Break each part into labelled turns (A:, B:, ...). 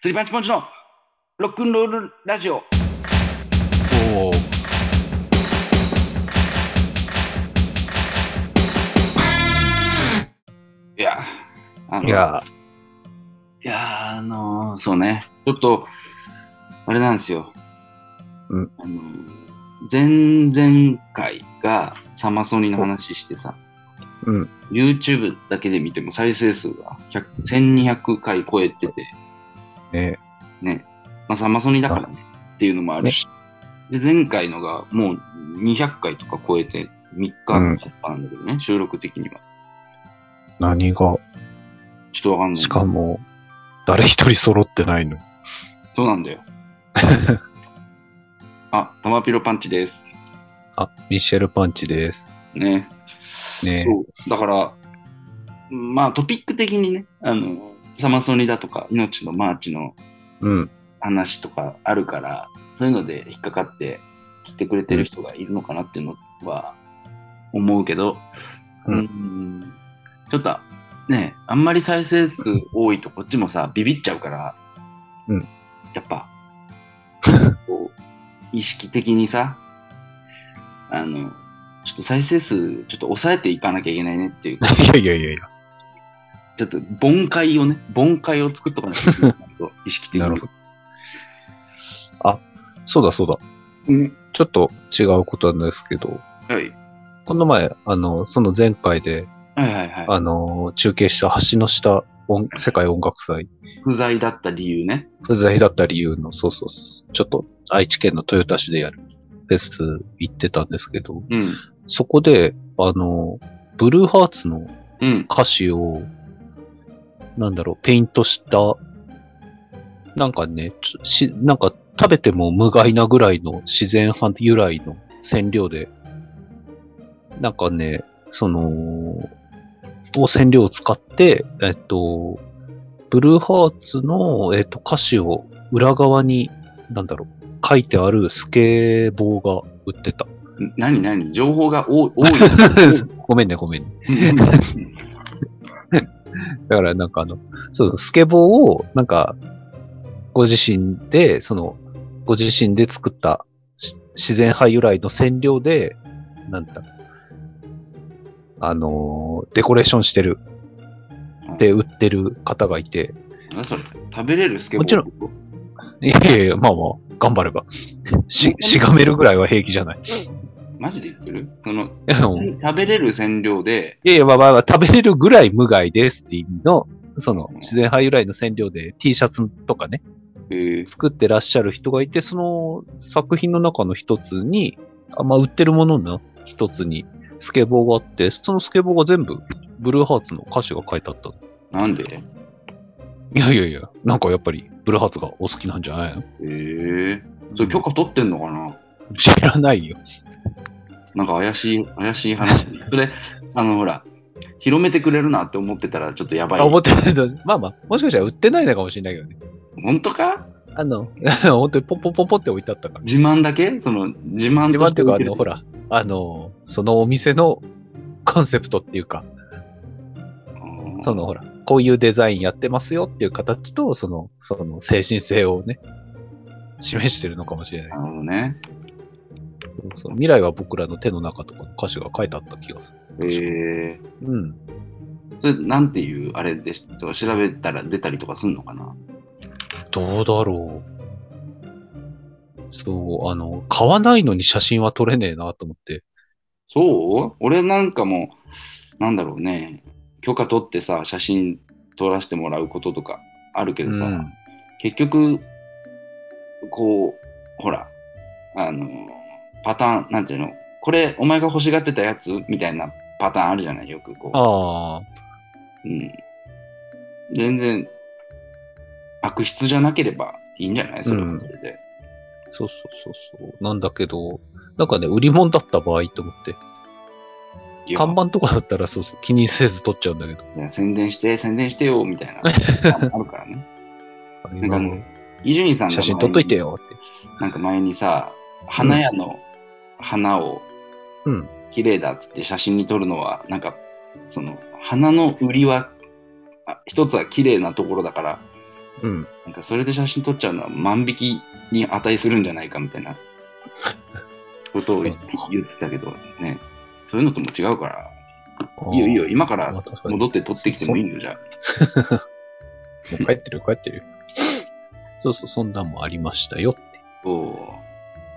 A: スリーパンチポンチのロックンロールラジオ。
B: おお。
A: いや、あの
B: いや
A: いやーあのーそうね、ちょっと、あれなんですよ。
B: うん
A: あのー前々回がサマソニの話してさ、
B: ー、うん。
A: YouTube だけで見ても再生数が100 1200回超えてて、
B: ね
A: ね、まあサマソニだからねっていうのもあるし、で、前回のがもう200回とか超えて3日とかなんだけどね、収録的には。
B: 何が、
A: ちょっとわかんない。
B: しかも、誰一人揃ってないの。
A: そうなんだよ。あ、玉ピロパンチです。
B: あ、ミシェルパンチです。
A: ね。
B: ね
A: そう。だから、まあトピック的にね、あの、サマソニだとか、命のマーチの
B: うん。
A: 話とかあるから、そういうので引っかかって来てくれてる人がいるのかなっていうのは思うけど、
B: うん
A: んちょっと、ね、あんまり再生数多いとこっちもさ、ビビっちゃうから、
B: うん
A: やっぱ、こう意識的にさ、あの、ちょっと再生数、ちょっと抑えていかなきゃいけないねっていうか、
B: いやいやいやいや。
A: ちょっと凡界をね、凡界を作っとかなきゃいけないな と、意識的
B: な
A: に
B: るほ。ど。あ、そうだそうだ。
A: うん、
B: ちょっと違うことなんですけど、
A: はい。
B: この前、あの、その前回で、
A: はいはいはい。
B: あの、中継した橋の下音世界音楽祭、
A: 不在だった理由ね。
B: 不在だった理由の、そうそうそう、ちょっと愛知県の豊田市でやるフェス行ってたんですけど、
A: うん。
B: そこで、あの、ブルーハーツの
A: うん。
B: 歌詞を、なんだろう、ペイントした、なんかね、ちょしなんか食べても無害なぐらいの自然派由来の染料で、なんかね、その、を染料を使って、えっと、ブルーハーツの、えっと、歌詞を裏側に、なんだろう、書いてあるスケボーが売ってた。
A: 何何情報が 多い。多い
B: ごめんね、ごめんね。
A: うん
B: だからなんかあの、そうそう、スケボーを、なんか、ご自身で、その、ご自身で作ったし自然派由来の染料で、なんだ、あのーデコレーションしてる、で売ってる方がいて、
A: 何それ食べれるスケボー
B: もちろいやいやいやまあまあ、頑張れば。し、しがめるぐらいは平気じゃない。
A: マジで言ってるその、
B: いや、もうい
A: 食べれる染料で、
B: やいやまあまあまあ、食べれるぐらい無害ですっていう意味の、その、自然派由来の染料で T シャツとかね、
A: えー
B: 作ってらっしゃる人がいて、その作品の中の一つに、あまあ、売ってるものの一つにスケボーがあって、そのスケボーが全部ブルーハーツの歌詞が書いてあった。
A: なんで
B: いやいやいや、なんかやっぱりブルーハーツがお好きなんじゃないの
A: えー、それ許可取ってんのかな
B: 知らないよ。
A: なんか怪しい、怪しい 話。それ、あの、ほら、広めてくれるなって思ってたらちょっとやばい。
B: あ思ってないとまあまあ、もしかしたら売ってないのかもしれないけどね。
A: 本当か
B: あの、 本当にポンポンポンポンって置いてあったから。
A: 自慢だけその、自慢
B: 自
A: と
B: 慢っ
A: して
B: ていう
A: 置
B: か、あ
A: いてる
B: の、ほら、あの、そのお店のコンセプトっていうか、
A: あー
B: そのほら、こういうデザインやってますよっていう形と、その、その精神性をね、示してるのかもしれな。
A: ないるほどね。
B: その未来は僕らの手の中とかの歌詞が書いてあった気がす
A: えー、
B: る。うん。
A: それ、なんていう、あれでしょ調べたら出たりとかすんのかな
B: どうだろう。そう、あの、買わないのに写真は撮れねえなと思って。
A: そう俺なんかもう、なんだろうね、許可取ってさ、写真撮らせてもらうこととかあるけ
B: う
A: どさ、
B: ん。
A: 結局、こう、ほら、あの、パターン、なんていうの、これ、お前が欲しがってたやつみたいなパターンあるじゃない、よくこう。
B: ああ、
A: うん、全然、悪質じゃなければいいんじゃないそれはそれで。
B: そうそうそうそう。なんだけど、なんかね、売り物だった場合と思って。
A: いや
B: 看板とかだったらそうそう、気にせず撮っちゃうんだけど。
A: いや宣伝して、宣伝してよ、み たいな、あるからね。
B: 今の
A: 伊集院さんが
B: 写真撮っといてよって。
A: なんか前にさ、花屋の花を
B: うん。
A: 綺麗だっつって写真に撮るのはなんかその花の売りはあ一つは綺麗なところだから
B: うん。
A: なんかそれで写真撮っちゃうのは万引きに値するんじゃないかみたいなことを言って言ってたけどねそういうのとも違うからいいよいいよ今から戻
B: っ
A: って撮ってきてもいいよじゃあ
B: て。もう帰ってるよ帰ってるよ。そうそう、そんなんもありましたよ。
A: おお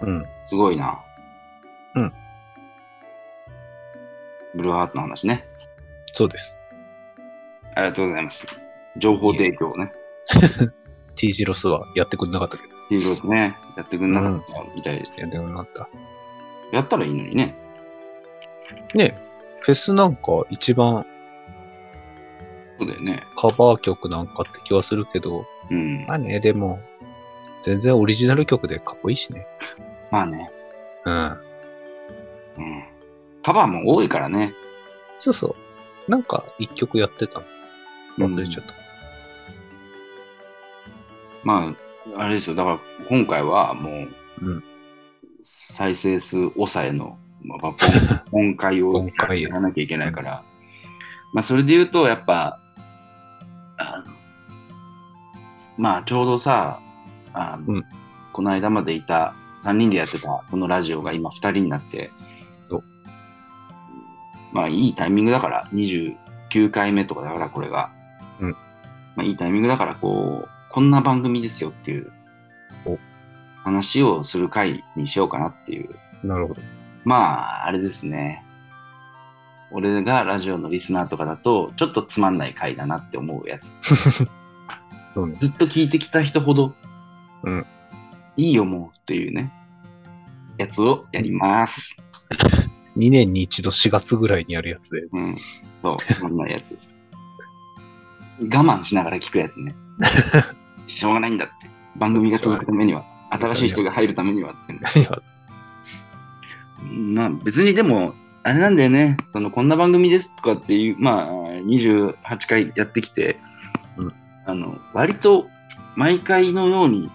A: ー
B: うん。
A: すごいな
B: うん
A: ブルーハーツの話ね
B: そうです。
A: ありがとうございます情報提供ね
B: T 字ロスはやってくれなかったけど。
A: っていうことですねやってくんなかったみたいです、
B: やってくれなかった。
A: やったらいいのにね
B: ねフェスなんか一番
A: そうだよね
B: カバー曲なんかって気はするけど、
A: うん
B: まあね、でも、全然オリジナル曲でかっこいいしね。
A: まあね、
B: うん。
A: うん、カバーも多いからね
B: そうそう。なんか一曲やってたの。忘れちゃった。
A: まあ、あれですよ、だから今回はもう、
B: うん
A: 再生数抑えの、まあ、抜本本 会を
B: 今回
A: やらなきゃいけないから、まあ、それで言うと、やっぱ、あのまあ、ちょうどさ、あの
B: うん
A: この間までいた、3人でやってたこのラジオが今2人になって
B: そう、
A: まあ、いいタイミングだから、29回目とかだから、これが。まあ、いいタイミングだからこうこんな番組ですよっていう
B: お
A: 話をする回にしようかなっていう
B: なるほど。
A: まああれですね俺がラジオのリスナーとかだとちょっとつまんない回だなって思うやつ
B: そうね。
A: ずっと聞いてきた人ほど、
B: うん、
A: いいよもうっていうねやつをやります、
B: 2年に一度4月ぐらいにやるやつで。
A: うん、そうつまんないやつ我慢しながら聞くやつねしょうがないんだって番組が続くためには新しい人が入るためにはっていうね
B: 何が
A: まあ別にでもあれなんだよねそのこんな番組ですとかっていうまあ28回やってきて、
B: うん
A: あの割と毎回のように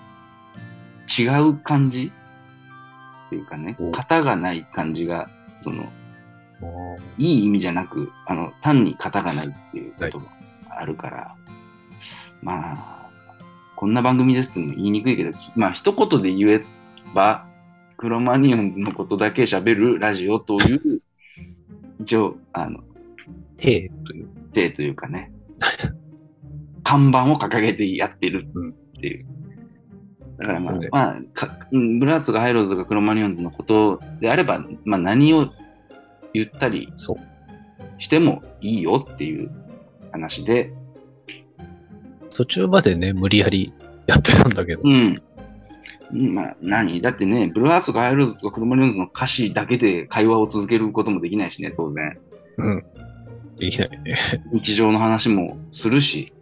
A: 違う感じっていうかね
B: お
A: 型がない感じがその
B: も
A: いい意味じゃなくあの単に型がないっていうことがあるから、まあこんな番組ですっても言いにくいけどきまあ一言で言えばクロマニオンズのことだけ喋るラジオという一応あの
B: う、てという。
A: 手というかね看板を掲げてやってる
B: うん
A: っていう。だからまあ
B: そうね、
A: まあかうんブラーツがハイローズがクロマニオンズのことであれば、まあ、何を言ったり
B: そう。
A: してもいいよっていう話で、
B: 途中までね、無理やりやってたんだけど。
A: うん。うんまあ、何だってね、ブルーハーツとかアイローズとかクロマニオンズの歌詞だけで会話を続けることもできないしね、当然。
B: うん。できないね。
A: 日常の話もするし、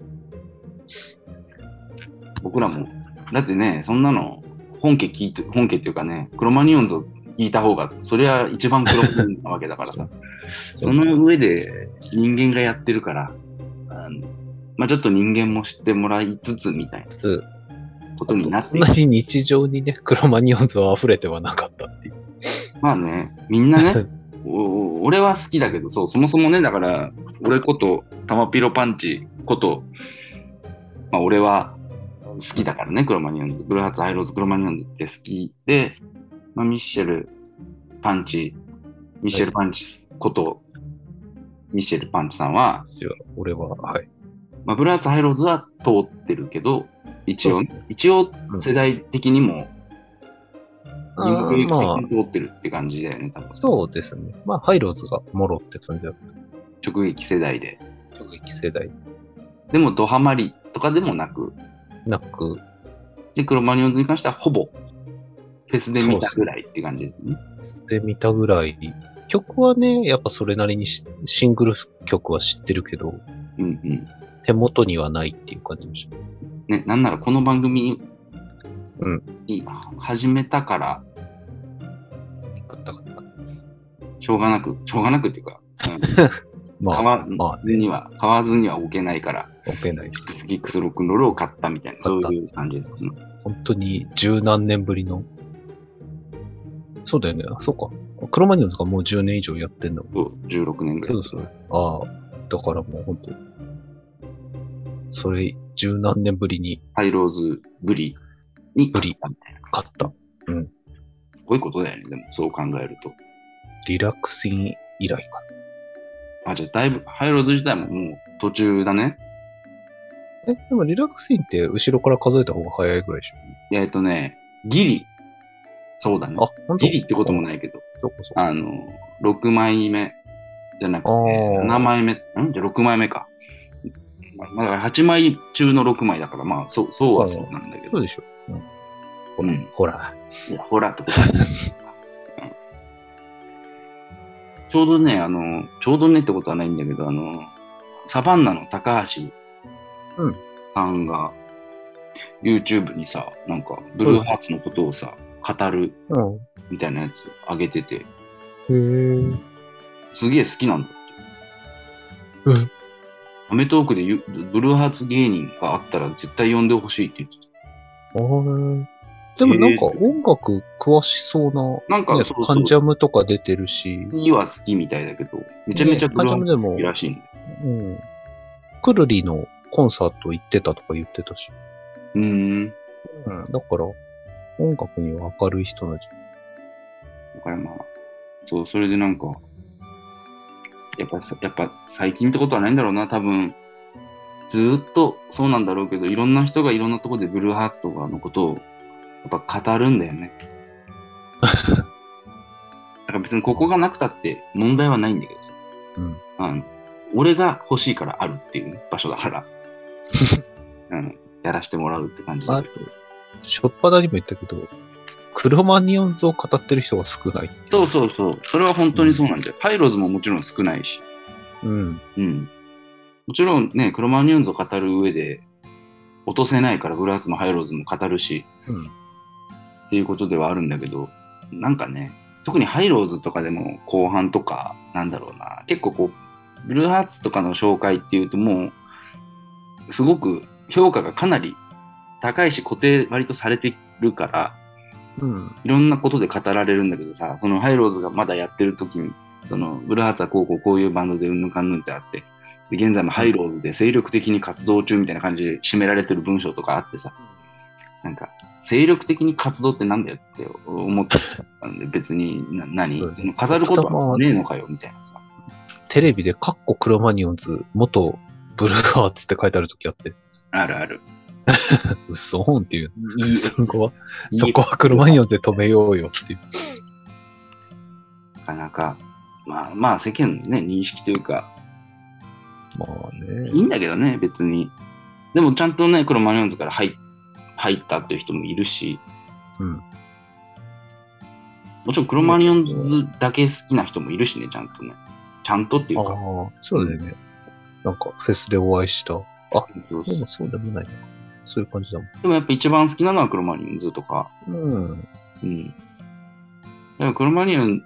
A: 僕らも、だってね、そんなの、本家聞いて、本家っていうかね、クロマニオンズを聞いた方が、それは一番クロマニオンズなわけだからさ。その上で人間がやってるから、あのまあ、ちょっと人間も知ってもらいつつみたいな
B: そう
A: ことになっ
B: そ
A: て
B: ん
A: いく
B: なに日常にね、クロマニオンズは溢れてはなかったっていう。
A: まあね、みん なね、お俺は好きだけど、そう、そもそもね、だから、俺こと、玉ピロパンチこと、まあ、俺は好きだからね、クロマニオンズ、ブルーハーツ、ハイローズ、クロマニオンズって好きで、まあ、ミッシェル、パンチ、ミッシェル・パンチこと、ミッシェル・パンチさんは、
B: じゃあ俺は、はい。
A: まあ、ブルーハーツハイローズは通ってるけど、一応ね、一応世代的にも、
B: あ
A: 今
B: ーま
A: 的に通ってるって感じだよね、多
B: あ、
A: 分
B: そうですね。まあ、ハイローズがもろって感じだっ
A: 直撃世代で。
B: た。直撃世代
A: でも、ドハマりとかでもなく、
B: なく、
A: で、クロマニオンズに関してはほぼ、フェスで見たぐらいって感じですね。
B: で見たぐらい。曲はね、やっぱそれなりにしシングル曲は知ってるけど、
A: うんうん。
B: 手元にはないっていう感じもし
A: ね、なんならこの番組
B: うん
A: に始めたから、
B: なかったかな。
A: しょうがなく、しょうがなくっていうか、うん、
B: ま
A: 買
B: あ、
A: わ
B: まあ、
A: ずには、買わずには置けないから、
B: 置けない。
A: スキックスロックンロールを買ったみたいな、そういう感じですね。
B: 本当に十何年ぶりのそうだよね。そうか。クロマニオンズがもう10年以上やってんだもん。
A: そう16年ぐらい。
B: そうそう。ああ、だからもう本当それ、十何年ぶりに
A: ハイローズブリに
B: ブリ
A: 勝ったみたいな。
B: 買った。
A: すごいことだよね、でもそう考えると。
B: リラックスイン以来か。
A: あ、じゃあだいぶ、ハイローズ自体ももう途中だね。
B: え、でもリラックスインって後ろから数えた方が早いぐらいでし
A: えっ、とね、ギリ。そうだね
B: ょ。。あ、本当
A: ギリってこともないけど、
B: そうかそうか
A: あの、6枚目じゃなくて、
B: あー
A: 7枚目、んじゃあ6枚目か。まあ、だから8枚中の6枚だから、まあ、そう、そうはそうなんだけ
B: そ
A: ど
B: う。でしょ。うんほ
A: うん
B: ら、ほら。
A: いや、ほらってこと、うんちょうどね、あの、ちょうどねってことはないんだけど、あの、サバンナの高橋
B: うん
A: さんが、YouTube にさ、なんか、ブルーハーツのことをさ、語る
B: うん。
A: みたいなやつ上げてて、
B: へえ。
A: すげえ好きなんだって。
B: うん。
A: アメトークでゆブルーハーツ芸人があったら絶対呼んでほしいって言ってた。
B: あーでもなんか音楽詳しそうな、
A: なんか、
B: ね
A: そう
B: カ
A: そう
B: ンジャムとか出てるし、
A: いは好きみたいだけど、めちゃめちゃブルーハーツ好きらしいんだよ。
B: うん。くるりのコンサート行ってたとか言ってたし、
A: うーん。
B: うん。だから、音楽には明るい人たち。
A: だからまあ、そう、それでなんか、やっぱさ、やっぱ最近ってことはないんだろうな、多分。ずーっとそうなんだろうけど、いろんな人がいろんなところでブルーハーツとかのことを、やっぱ語るんだよ ね。だから別にここがなくたって問題はないんだけどさ。
B: うん。
A: あの俺が欲しいからあるっていうね、場所だ から。うん。やらしてもらうって感じ
B: あ
A: だ
B: と、しょっぱだにも言ったけど、クロマニオンズを語ってる人が少ない。
A: そうそうそう。それは本当にそうなんだよ。パイローズももちろん少ないし。
B: うん。
A: うん。もちろんね、クロマニオンズを語る上で、落とせないからブルーハーツもハイローズも語るし、
B: うん。
A: っていうことではあるんだけど、なんかね、特にハイローズとかでも後半とか、なんだろうな、結構こう、ブルーハーツとかの紹介っていうともう、すごく評価がかなり高いし固定割とされてるから、
B: うん。
A: いろんなことで語られるんだけどさ、そのハイローズがまだやってる時に、そのブルーハーツはこうこうこういうバンドでうんぬんかんぬんってあって、で現在もハイローズで精力的に活動中みたいな感じで締められてる文章とかあってさ、なんか、精力的に活動ってなんだよって思ったんで、別にな何
B: そうです
A: その語ることはねえのかよみたいなさ。
B: テレビで、カッコクロマニオンズ、元ブルーハーツって書いてある時あって、
A: あるある。
B: うっそーんっていう。
A: いい
B: そこは、そこはクロマニオンズで止めようよっていう。
A: なかなか、まあまあ世間のね、認識というか、
B: まあね
A: い。いんだけどね、別に。でもちゃんとね、クロマニオンズから入っ入ったっていう人もいるし、
B: うん。
A: もちろんクロマニオンズだけ好きな人もいるしね、ちゃんとね。ちゃんとってい
B: あ
A: う
B: あ
A: か、、
B: そうだよね。なんか、フェスでお会いした。
A: そう
B: でもそうでもないのか。そういう感じだ
A: でもやっぱ一番好きなのはクロマニオンズとか、
B: もん。うん。
A: うん。だからクロマニオンズ、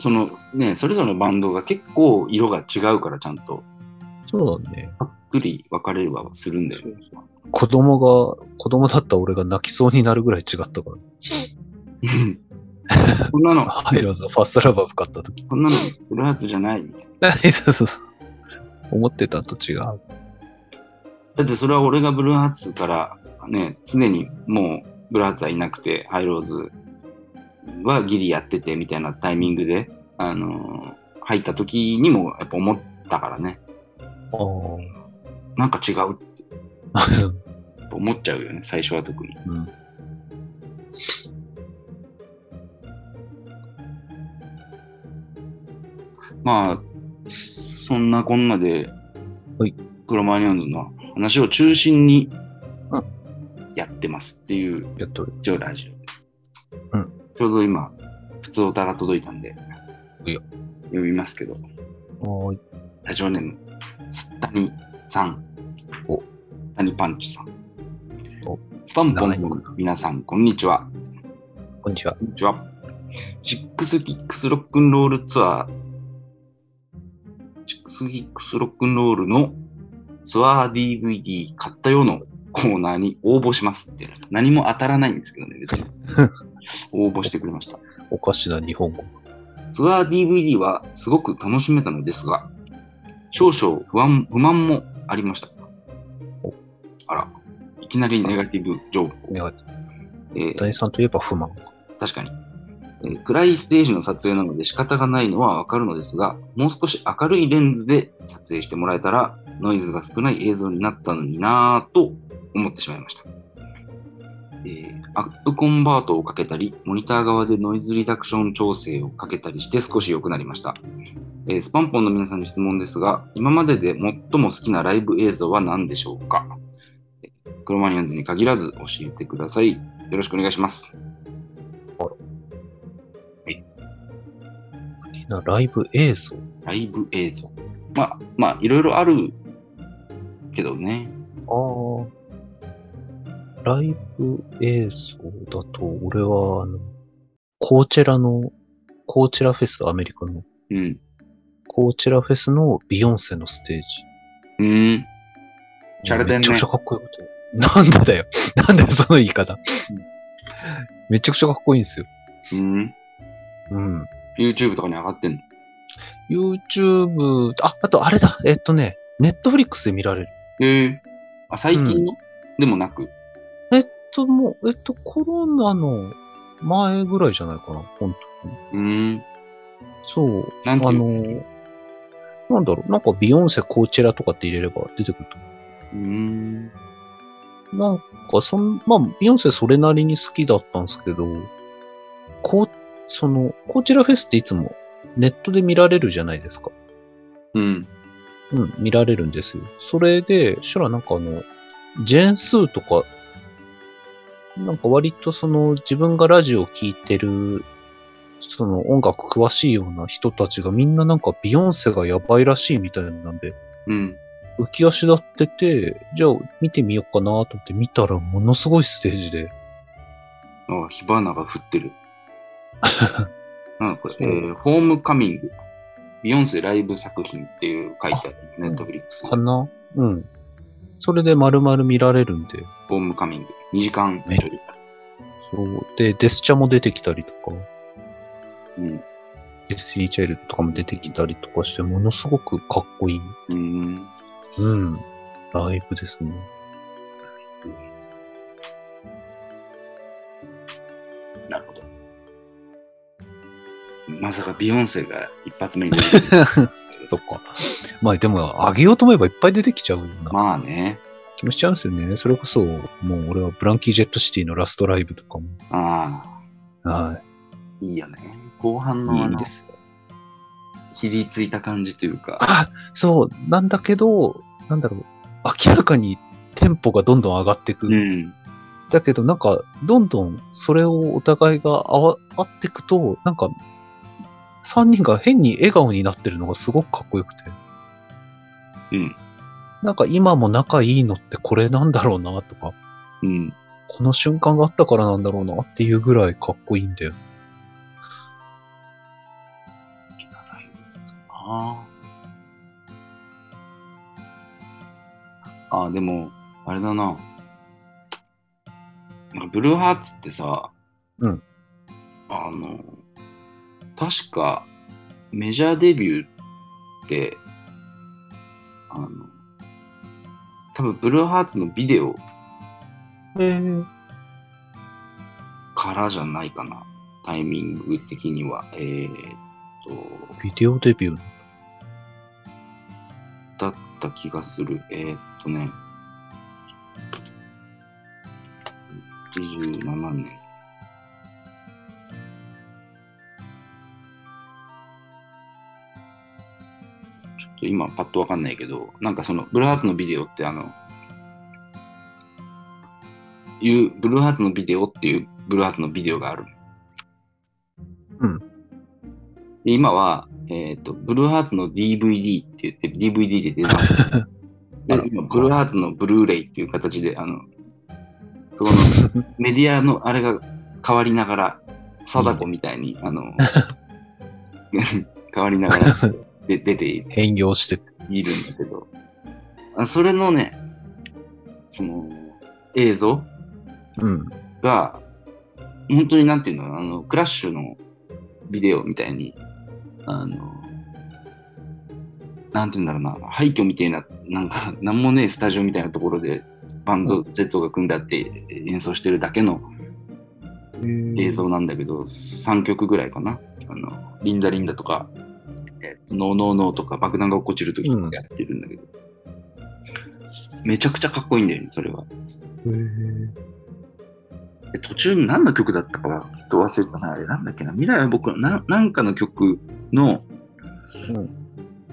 A: そのね、それぞれのバンドが結構色が違うから、ちゃんと、
B: そうだね。
A: はっくり分かれるはするんだよね。
B: 子供が、子供だった俺が泣きそうになるぐらい違ったから。
A: こんなの、
B: ハイローズのファーストラバー買った時。
A: こんなの、ブルーハーツじゃないみたいな。
B: そうそうそう。思ってたんと違う。
A: だってそれは俺がブルーハーツからね、常にもうブルーハーツはいなくて、ハイローズはギリやっててみたいなタイミングで、あのー入った時にもやっぱ思ったからね、
B: あ
A: なんか違うって
B: あ。
A: やっぱ思っちゃうよね、最初は特に。
B: うん。
A: まあ、そんなこんなで、
B: はい
A: クロマニオンズの話を中心に
B: うん
A: やってますっていう、
B: やっとる。
A: 一応ラジオ。
B: うん
A: ちょうど今、普通歌が届いたんで、
B: いいよ
A: 読みますけど。
B: ああ、
A: ラジオネーム、すったにさん。
B: お
A: すったにパンチさん
B: お。
A: スパンポンの皆さん、こんにちは。
B: こんにちは。
A: こんにちは。シックスキックスロックンロールツアー、シックスキックスロックンロールのツアー DVD 買ったよのコーナーに応募しますって。何も当たらないんですけどね、別に。応募してくれました。
B: おかしな日本語。
A: ツアー DVD はすごく楽しめたのですが、少々不安不満もありました。あら、いきなりネガティブ情報。
B: ね
A: えー
B: 大地さんといえば不満。
A: 確かに、えー暗いステージの撮影なので仕方がないのはわかるのですが、もう少し明るいレンズで撮影してもらえたら、ノイズが少ない映像になったのになぁと思ってしまいました。えーアップコンバートをかけたり、モニター側でノイズリダクション調整をかけたりして少し良くなりました。えースパンポンの皆さんに質問ですが、今までで最も好きなライブ映像は何でしょうかえークロマニアンズに限らず教えてください。よろしくお願いします。
B: 好きなライブ映像
A: ライブ映像。まあ、まあ、いろいろあるけどね。
B: ああ。ライブ映像だと、俺は、あの、コーチェラの、コーチェラフェス、アメリカの、
A: うん。
B: コーチェラフェスのビヨンセのステージ。
A: うーん。シャレてんね
B: めちゃくちゃかっこよくて。なんでだよ。 なんだよ、その言い方。めちゃくちゃかっこいいんですよ。
A: うん。
B: うん。
A: YouTube とかに上がってんの。
B: YouTube、あ、あとあれだ、えっとね、Netflix で見られる。
A: へえあ、最近の、でもなく。
B: えっと、もう、えっと、コロナの前ぐらいじゃないかな、本当に。
A: うーん。
B: そう、
A: なんて
B: あ
A: いう
B: の、なんだろう、なんかビヨンセ、コーチェラとかって入れれば出てくると
A: うーん。
B: 思う。なんか、そん、まあ、ビヨンセそれなりに好きだったんですけど、こう、その、コーチェラフェスっていつもネットで見られるじゃないですか。
A: うん。
B: うん、見られるんですよ。それで、そしたらなんかあの、ジェーンスーとか、なんか割とその自分がラジオを聴いてる、その音楽詳しいような人たちがみんななんかビヨンセがやばいらしいみたいなんで、
A: うん。
B: 浮き足立ってて、じゃあ見てみようかなと思って見たらものすごいステージで、
A: あ、火花が降ってる。なんだこれ、
B: そう
A: えー、ホームカミング。ビヨンセライブ作品っていう書いてある。
B: あ
A: Netflix。
B: かなうん。それで丸々見られるんで、
A: ホームカミング。2時間ちょい。
B: そう。で、デスチャも出てきたりとか、
A: うん。
B: デスティニー・チャイルドとかも出てきたりとかして、ものすごくかっこいい。
A: うーん。
B: うん。ライブですね。
A: なるほど。まさかビヨンセが一発目に出てくる。
B: そっか。まあでも、あげようと思えばいっぱい出てきちゃうような
A: まあね。
B: 気もしちゃうんですよね。それこそ、もう俺はブランキー・ジェット・シティのラストライブとかも。
A: ああ、
B: はい
A: いよね。後半
B: い。
A: のあ
B: いい
A: の
B: で、すよ。
A: ひりついた感じというか。
B: あ、そう。なんだけど、なんだろう。明らかにテンポがどんどん上がってく。
A: うん。
B: だけど、なんか、どんどんそれをお互いが合わ合ってくと、なんか、三人が変に笑顔になってるのがすごくかっこよくて。
A: うん。
B: なんか今も仲いいのってこれなんだろうなとか、
A: うん。
B: この瞬間があったからなんだろうなっていうぐらいかっこいいんだよ。
A: ああ。ああ、でも、あれだな。なんかブルーハーツってさ、
B: うん。
A: あの、確か、メジャーデビューって、あの、多分ブルーハーツのビデオ
B: へえ。
A: からじゃないかな。タイミング的には。えー、っと、
B: ビデオデビュー。
A: だった気がする。えー、っとね。27年。ちょっと今パッとわかんないけど、なんかそのブルーハーツのビデオってあの、いう、ブルーハーツのビデオっていうブルーハーツのビデオがある。
B: うん
A: で、今は、えーっ、と、ブルーハーツの DVD って言って、DVD で出た。で
B: あら
A: 今ブルーハーツのブルーレイっていう形で、あの、そこのメディアのあれが変わりながら、貞子みたいに、あの、変わりながらで出てい
B: 変容して。
A: るんだけど、あそれのね、その、映像
B: うん。
A: が、本当になんていうの、あの、クラッシュのビデオみたいに、あの、なんていうんだろうな、廃墟みたいな、なんか、なんもねえスタジオみたいなところで、バンド Z が組んであって演奏してるだけの映像なんだけど、3曲ぐらいかな。あの、リンダリンダとか、えノーノーノーとか爆弾が落っこちるときとかやってるんだけど、めちゃくちゃかっこいいんだよね、それは。で途中何の曲だったかはきっと忘れたな。あれなんだっけな。未来は僕のななんかの曲の
B: うん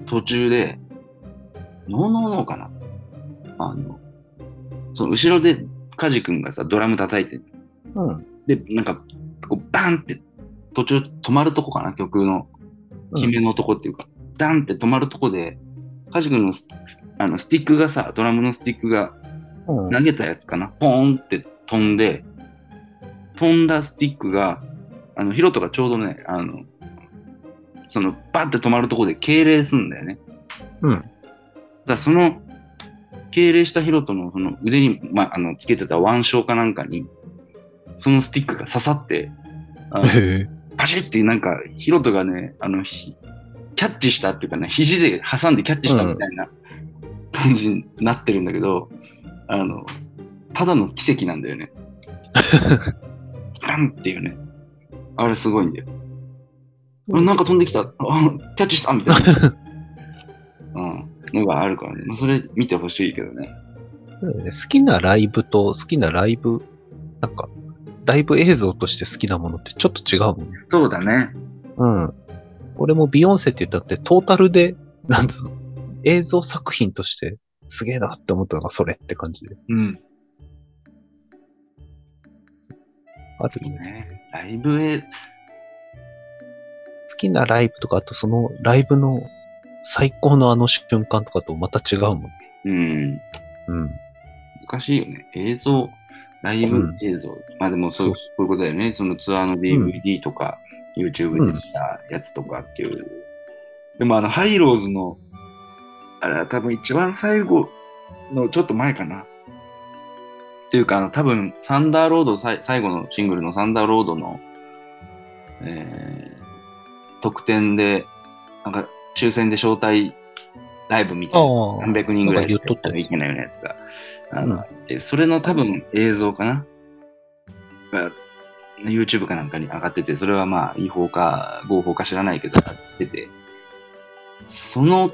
A: 途中で、ノーノーノーかな。あの、その後ろでカジ君がさ、ドラム叩いて、
B: うん。
A: で、なんか、こうバンって途中止まるとこかな、曲の決めのとこっていうか、ダンって止まるとこで、カジ君のススあのスティックがさ、ドラムのスティックが
B: うん。
A: 投げたやつかな、ポーンって飛んで、飛んだスティックが、あの、ヒロトがちょうどね、あの、その、バンって止まるとこで敬礼すんだよね。
B: うん
A: だからその、敬礼したヒロトのその腕に、ま、あの、つけてた腕章かなんかに、そのスティックが刺さって、あ の
B: へ え。
A: パシッってなんか、ヒロトがね、あの、ひキャッチしたっていうかね、肘で挟んでキャッチしたみたいな感じになってるんだけど、あの、ただの奇跡なんだよね。バンっていうね。あれすごいんだよ。あなんか飛んできた。あキャッチしたみたいな。 うん。のがあるからね。まあ、それ見てほしいけどね。
B: 好きなライブと好きなライブ、なんか、ライブ映像として好きなものってちょっと違うもんね。
A: そうだね。
B: うん。俺もビヨンセって言ったってトータルで、なんつうの、映像作品としてすげえなって思ったのがそれって感じで。
A: うん。
B: あるよね。
A: ねライブへ、
B: 好きなライブとか、あとそのライブの最高のあの瞬間とかとまた違うもんね。
A: うん。
B: うん。
A: おかしいよね。映像、ライブ
B: うん
A: 映像。まあでもそうこういうことだよね。そのツアーの DVD とか、YouTube で見たやつとかっていう。でもあの、ハイローズの、あれは多分一番最後のちょっと前かな。っていうか、あの多分、サンダーロード、さい最後のシングルのサンダーロードの、えー、特典で、なんか、抽選で招待ライブみたいな。
B: あ
A: 300人ぐらいし
B: なんか言っとった
A: かいけないようなやつが。あ
B: うん
A: のえそれの多分映像かなが ?YouTube かなんかに上がってて、それはまあ違法か合法か知らないけど、上がってて、その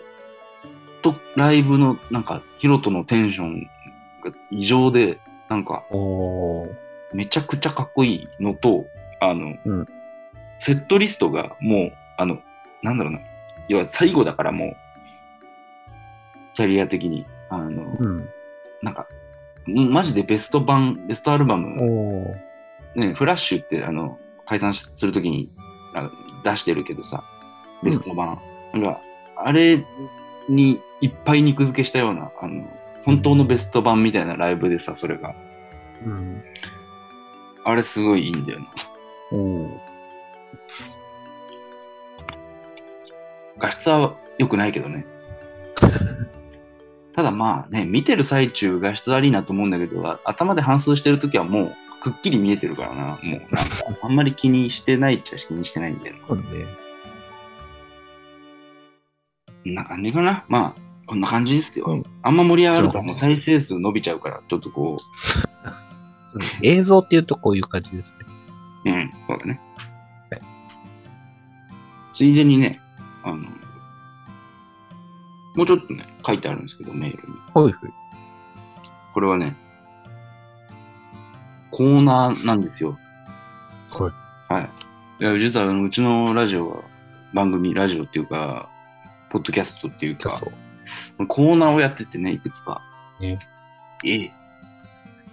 A: とライブのなんかヒロトのテンションが異常で、なんか
B: あ。おー。
A: めちゃくちゃかっこいいのと、あの、
B: うん
A: セットリストがもう、あの、なんだろうな、要は最後だからもう、キャリア的に、あの、
B: うん。
A: なんか、んマジでベスト版、ベストアルバム、
B: おー。
A: ね、フラッシュってあの解散するときにあの出してるけどさ、ベスト版。なんか、あれにいっぱい肉付けしたような、あの、本当のベスト版みたいなライブでさ、それが。
B: うん。
A: あれすごいいいんだよな。
B: おー。
A: 画質は良くないけどね。ただまあね、見てる最中画質悪いなと思うんだけど、あ頭で反数してるときはもうくっきり見えてるからな。もうなんか、あんまり気にしてないっちゃ気にしてないんだよ
B: そうね。
A: な。こんな感じかな。まあ、こんな感じですよ。
B: うん
A: あんま盛り上がると
B: そう
A: もう再生数伸びちゃうから、ちょっとこ
B: うん映像っていうとこういう感じですね。
A: う、うん、そうだね
B: は。
A: ついでにね、あの、もうちょっとね、書いてあるんですけど、メールに。
B: ほいほい。
A: これはね、コーナーなんですよ。。
B: はい
A: はい。いや、実はあの、うちのラジオは、番組、ラジオっていうか、ポッドキャストっていう
B: ちょっ
A: か
B: と、。
A: コーナーをやっててね、いくつか。
B: ね
A: え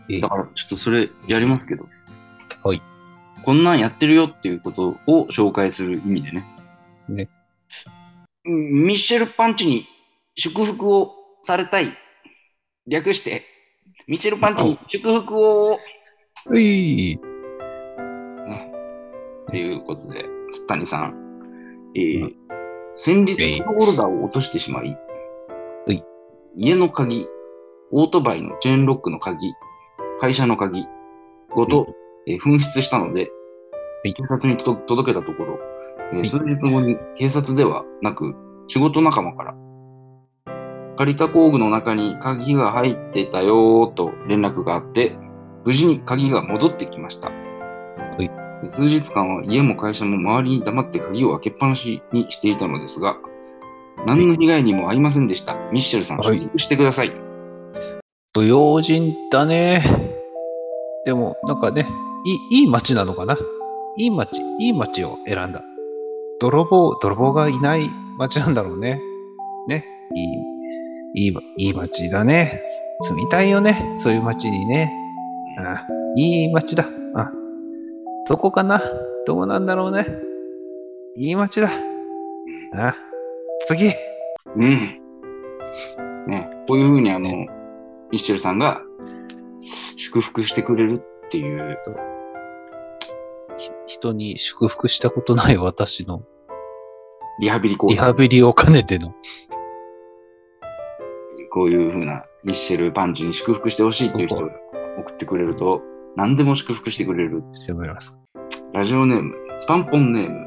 B: え
A: え。だから、ちょっとそれやりますけど。
B: はい。
A: こんなんやってるよっていうことを紹介する意味でね。
B: ね。
A: ミッシェルパンチに祝福をされたい。略して、ミッシェルパンチに祝福を
B: うい
A: っていうことで、つったにさん、えー先日、キーホルダーを落としてしまい、
B: はい
A: 家の鍵、オートバイのチェーンロックの鍵、会社の鍵ごと、えー紛失したので、
B: い
A: 警察にと届けたところ、えー
B: はい
A: 数日後に警察ではなく、仕事仲間から、借りた工具の中に鍵が入ってたよーと連絡があって、無事に鍵が戻ってきました。
B: い
A: で数日間は家も会社も周りに黙って鍵を開けっぱなしにしていたのですが、何の被害にも遭いませんでした。ミッシェルさん、
B: はい
A: 協力してください。
B: 不用心だね。でも、なんかね、いい、いい街なのかな。いい街、いい街を選んだ。泥棒、泥棒がいない街なんだろうね。ね。いい、いいま、いい街だね。住みたいよね。そういう街にね。あいい街だ。あどこかなどうなんだろうね。いい街だ。あ次。
A: うん。ね、こういうふうにあの、ミッシェルさんが祝福してくれるっていう、
B: ひ人に祝福したことない私の
A: リハビリ講
B: リ
A: 座、
B: ハビリを兼ねての。
A: こういうふうなミッシェルパンチに祝福してほしいっていう人を送ってくれると、何でも祝福してくれる。
B: してもらいます。
A: ラジオネーム、スパンポンネーム、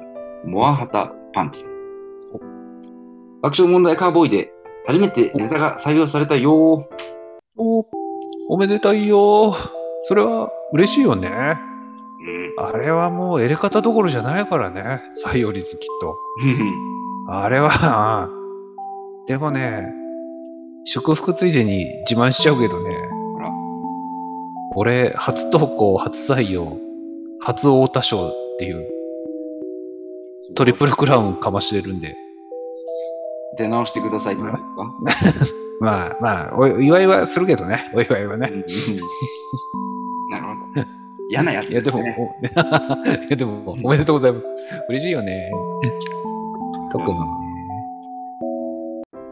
A: モアハタパンチさん
B: お。
A: 爆笑問題カーボーイで初めてネタが採用されたよー。
B: おおめでたいよー。それは嬉しいよね。あれはもうエレカタどころじゃないからね。採用率きっと。
A: うん。
B: あれは、 でもね、祝福ついでに自慢しちゃうけどね
A: あら。
B: 俺、初投稿、初採用、初太田賞っていう トリプルクラウンかましてるんで。
A: 出直してくださいってことですか
B: まあまあ、お祝いはするけどね。お祝いはね。
A: なるほど。嫌なやつ
B: いや
A: で
B: ですも、
A: ね。
B: お いやでも、おめでとうございます。嬉しいよね。特にね。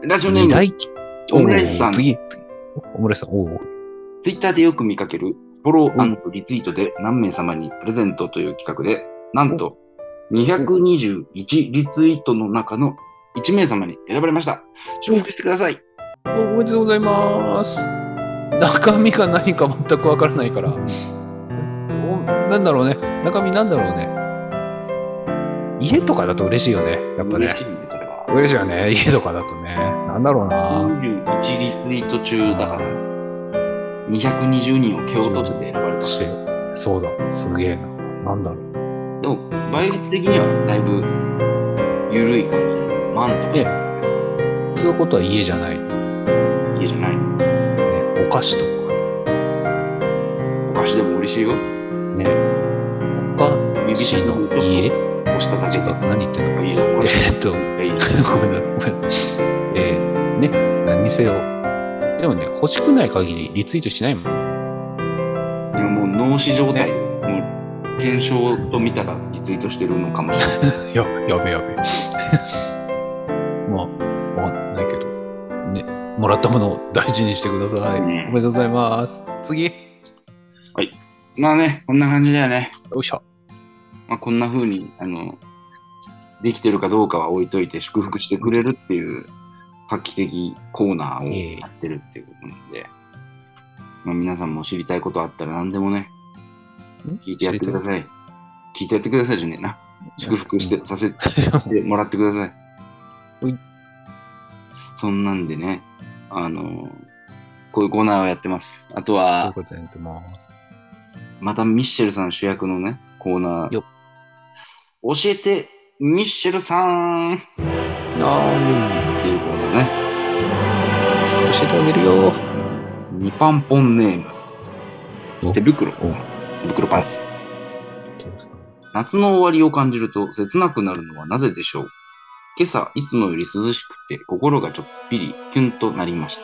A: ラジオネーム、
B: 来期
A: オムライスさん
B: おー次。オムライスさん、おお。
A: ツイッターでよく見かけるフォローリツイートで何名様にプレゼントという企画で、なんと221リツイートの中の1名様に選ばれました。祝福してください。
B: おおめでとうございます。中身が何か全くわからないから。おなんだろうね。中身なんだろうね。家とかだと嬉しいよね。やっぱ
A: 嬉
B: ね
A: し。いね、それは。
B: 嬉しいよね。家とかだとね。なんだろうな。
A: 21リツイート中だから、220人を蹴落として選ばれた
B: そ。して、そうだ。すげえな。なんだろう。
A: でも、倍率的にはだいぶ緩い感じ。マンとか
B: ねそういうことは家じゃない。ね、
A: 家じゃない。
B: お菓子とか。
A: お菓子でも嬉しいよ。
B: ね。他、
A: 指
B: 市
A: 先
B: の
A: の音
B: 家
A: を押しただ
B: 違
A: け
B: う
A: で。
B: 何言ってんの
A: いいよ、お菓子
B: えーっと、
A: がいいよ。
B: ごめんなごめん。えー、ね、何にせよ。でもね、欲しくない限りリツイートしないもん。
A: でももう脳死状態、もう検証と見たらリツイートしてるのかもしれない。
B: や、やべやべ。まあ、わかんないけど。ね、もらったものを大事にしてください。お
A: ね
B: めでとうございます。次。
A: まあね、こんな感じだよね。
B: よいしょ。
A: まあ、こんな風に、あの、できてるかどうかは置いといて祝福してくれるっていう画期的コーナーをやってるっていうことなんで、まあ、皆さんも知りたいことあったら何でもね、聞いてやってください。聞いてやってくださいじゃねえな。祝福してさせてもらってください。
B: ほい
A: そんなんでね、あの、こういうコーナーをやってます。あと
B: という
A: は、
B: ことでやってます。
A: またミッシェルさん主役のね、コーナー。
B: よ
A: 教えて、ミッシェルさんっ
B: あ
A: ていうコーナーね。
B: ー、教えてあげるよ。
A: ニパンポンネーム。
B: お
A: 手袋
B: お。
A: 手袋パンツ。夏の終わりを感じると切なくなるのはなぜでしょう今朝、いつもより涼しくて心がちょっぴりキュンとなりまし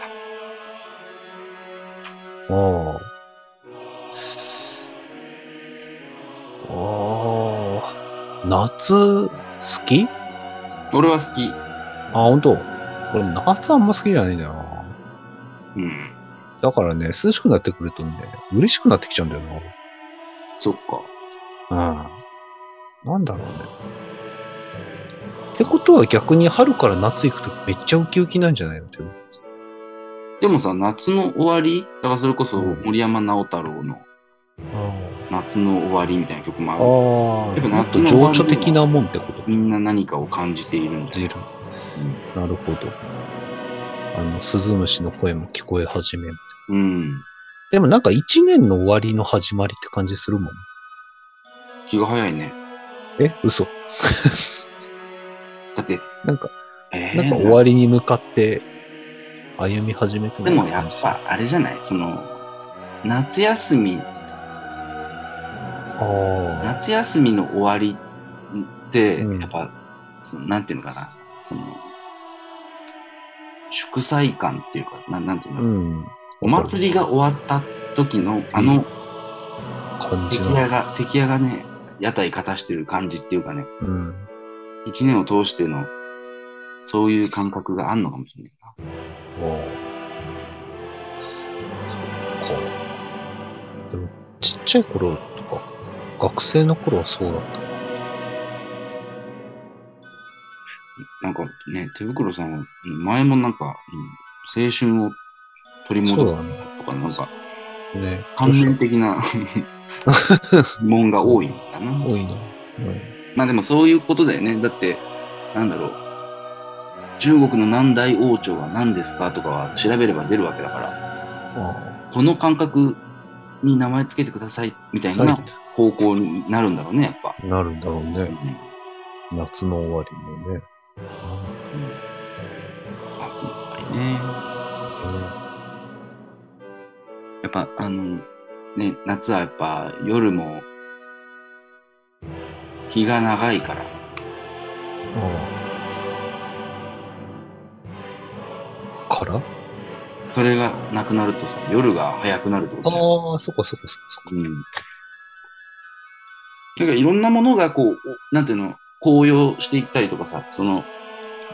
A: た。
B: おーおー夏好き
A: 俺は好き。
B: あ、ほんと。俺夏あんま好きじゃないんだよな。
A: うん。
B: だからね、涼しくなってくるとね、嬉しくなってきちゃうんだよ
A: そっか。
B: な。うん。なんだろうね。ってことは逆に春から夏行くとめっちゃウキウキなんじゃないのって
A: でもさ、夏の終わりだからそれこそ
B: うん
A: 森山直太朗の夏の終わりみたいな曲もあ
B: あ
A: る。
B: あ
A: やっぱ夏の
B: 情緒的なもんってこと
A: みんな何かを感じているんじゃ
B: 感じる。なるほど。あの、鈴虫の声も聞こえ始める。
A: うん。
B: でもなんか一年の終わりの始まりって感じするもん。
A: 気が早いね。
B: え、嘘。
A: だって、
B: なんか、
A: えー
B: なんか終わりに向かって歩み始めて
A: で
B: ない
A: もやっぱあれじゃないその、夏休み、
B: あ
A: 夏休みの終わりって、
B: うん
A: やっぱ、そのなんていうのかな、その、祝祭感っていうか、ななんていう
B: あ。
A: の、
B: うん。
A: お祭りが終わった時の、あの、
B: 感じ
A: 敵
B: の。
A: 屋が、敵屋がね、屋台勝たしてる感じっていうかね、
B: うん。
A: 一年を通しての、そういう感覚があんのかもしれないな。
B: ああ。そっか。でも、ちっちゃい頃とか、学生の頃はそうだった。
A: なんかね、手袋さんは、うん前もなんか、うん青春を取り戻す
B: そうだ
A: とか、なんか、
B: ね。
A: 関連的な疑問が多いんだな。
B: 多いな。うん。
A: まあでもそういうことだよね。だって、なんだろう。中国の南大王朝は何ですかとかは調べれば出るわけだから、
B: あ
A: この感覚に名前つけてくださいみたいな方向になるんだろうね、やっぱ。
B: あ。なるんだろう
A: う
B: ね。
A: ん
B: 夏の終わりもね。
A: あそうやっぱりね。やっぱあの、ね、夏はやっぱ夜も日が長いから、
B: ああ。から
A: それがなくなるとさ、夜が早くなるってことだよ
B: ああ、そっかそっかそっか
A: うん。なんかいろんなものがこう、おなんていうの、紅葉していったりとかさ、その、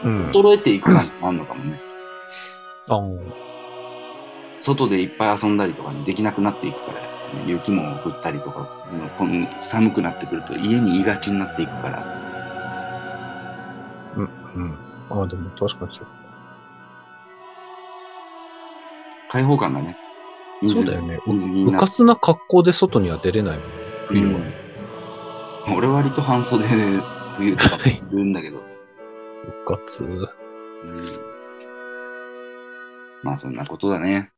B: そっか。うん。
A: 衰えていく感じもあるのかもね。
B: ああ
A: 外でいっぱい遊んだりとかねできなくなっていくから、雪も降ったりとか、この寒くなってくると家にいがちになっていくから、
B: うん。ああ、でも確かにそう。
A: 開放感がね、
B: そ
A: 水
B: うだよね。
A: 水着に
B: う
A: な
B: か
A: っ
B: つな格好で外には出れないもんね。
A: て
B: 冬は。
A: 俺割と半袖で冬とかもいるんだけど、
B: うかつ。
A: うんまあそんなことだね。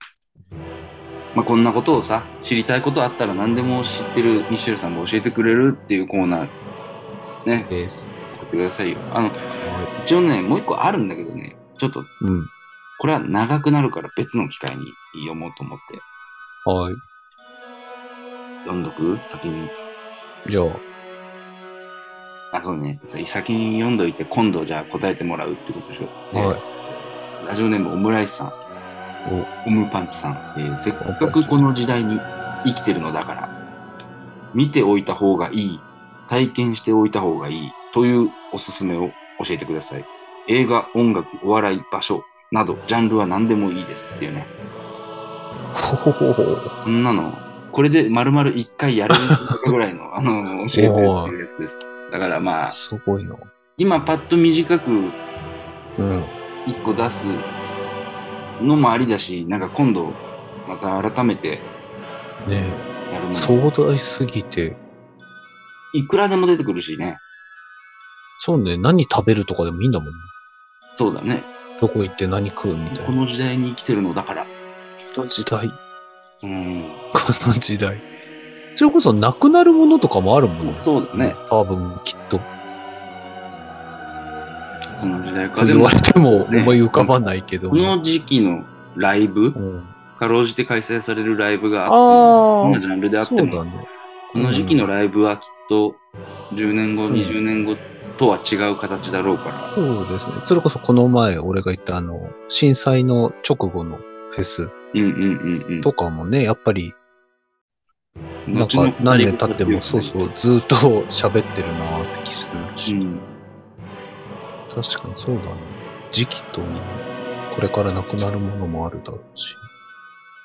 A: まあこんなことをさ、知りたいことあったら何でも知ってるミシェルさんが教えてくれるっていうコーナー、ね、
B: です。
A: 送ってくださいよ。あの、
B: は
A: 一応ね、もう一個あるんだけどね、ちょっと
B: い。うん。
A: これは長くなるから別の機会に読もうと思って。
B: はい。
A: 読んどく先に。
B: じゃあ、
A: あ、そうね。それ先に読んどいて、今度じゃあ答えてもらうってことでしょ。
B: はい。
A: い、ラジオネームオムライスさん。オムパンチさん、えーせっかくこの時代に生きてるのだから、見ておいた方がいい、体験しておいた方がいいというおすすめを教えてください。映画、音楽、お笑い、場所など、ジャンルは何でもいいですっていうね。
B: ほほほほ。
A: こんなの、これで丸々1回やれるのかぐらい の、あの、教えてっていうやつです。だからまあ、
B: すごいな。
A: 今パッと短く
B: うん。
A: 1個出すのもありだし、なんか今度、また改めて
B: ね
A: やる
B: え
A: のも
B: 壮大すぎて。
A: いくらでも出てくるしね。
B: そうね、何食べるとかでもいいんだもんね。
A: そうだね。
B: どこ行って何食うみたい
A: こ
B: な。
A: の時代に生きてるのだから。
B: この時代。
A: うん。
B: この時代。それこそなくなるものとかもあるもんね。
A: そうだね。。
B: 多分、きっと。
A: この時代か。で
B: 言
A: も
B: わ、れても
A: ね
B: 思い浮かばないけど。
A: この時期のライブ
B: う、ん、
A: かろうじて開催されるライブがあって、どんな
B: あ
A: ジャンルであ
B: あ、
A: っ
B: そ
A: て
B: う
A: も
B: だ、ね。
A: この時期のライブはきっと10年後、
B: うん
A: 20年後とは違う形だろうから。
B: そうですね。それこそこの前、俺が言ったあの、震災の直後のフェス
A: うんうんうんうん。
B: とかもね、やっぱり、なん
A: 後の
B: か
A: 語り
B: 何年経っても、
A: 口
B: そうそう、ずーっと喋ってるなーって気するし、
A: うん。
B: 確かにそうだね。時期と、これからなくなるものもあるだろうし。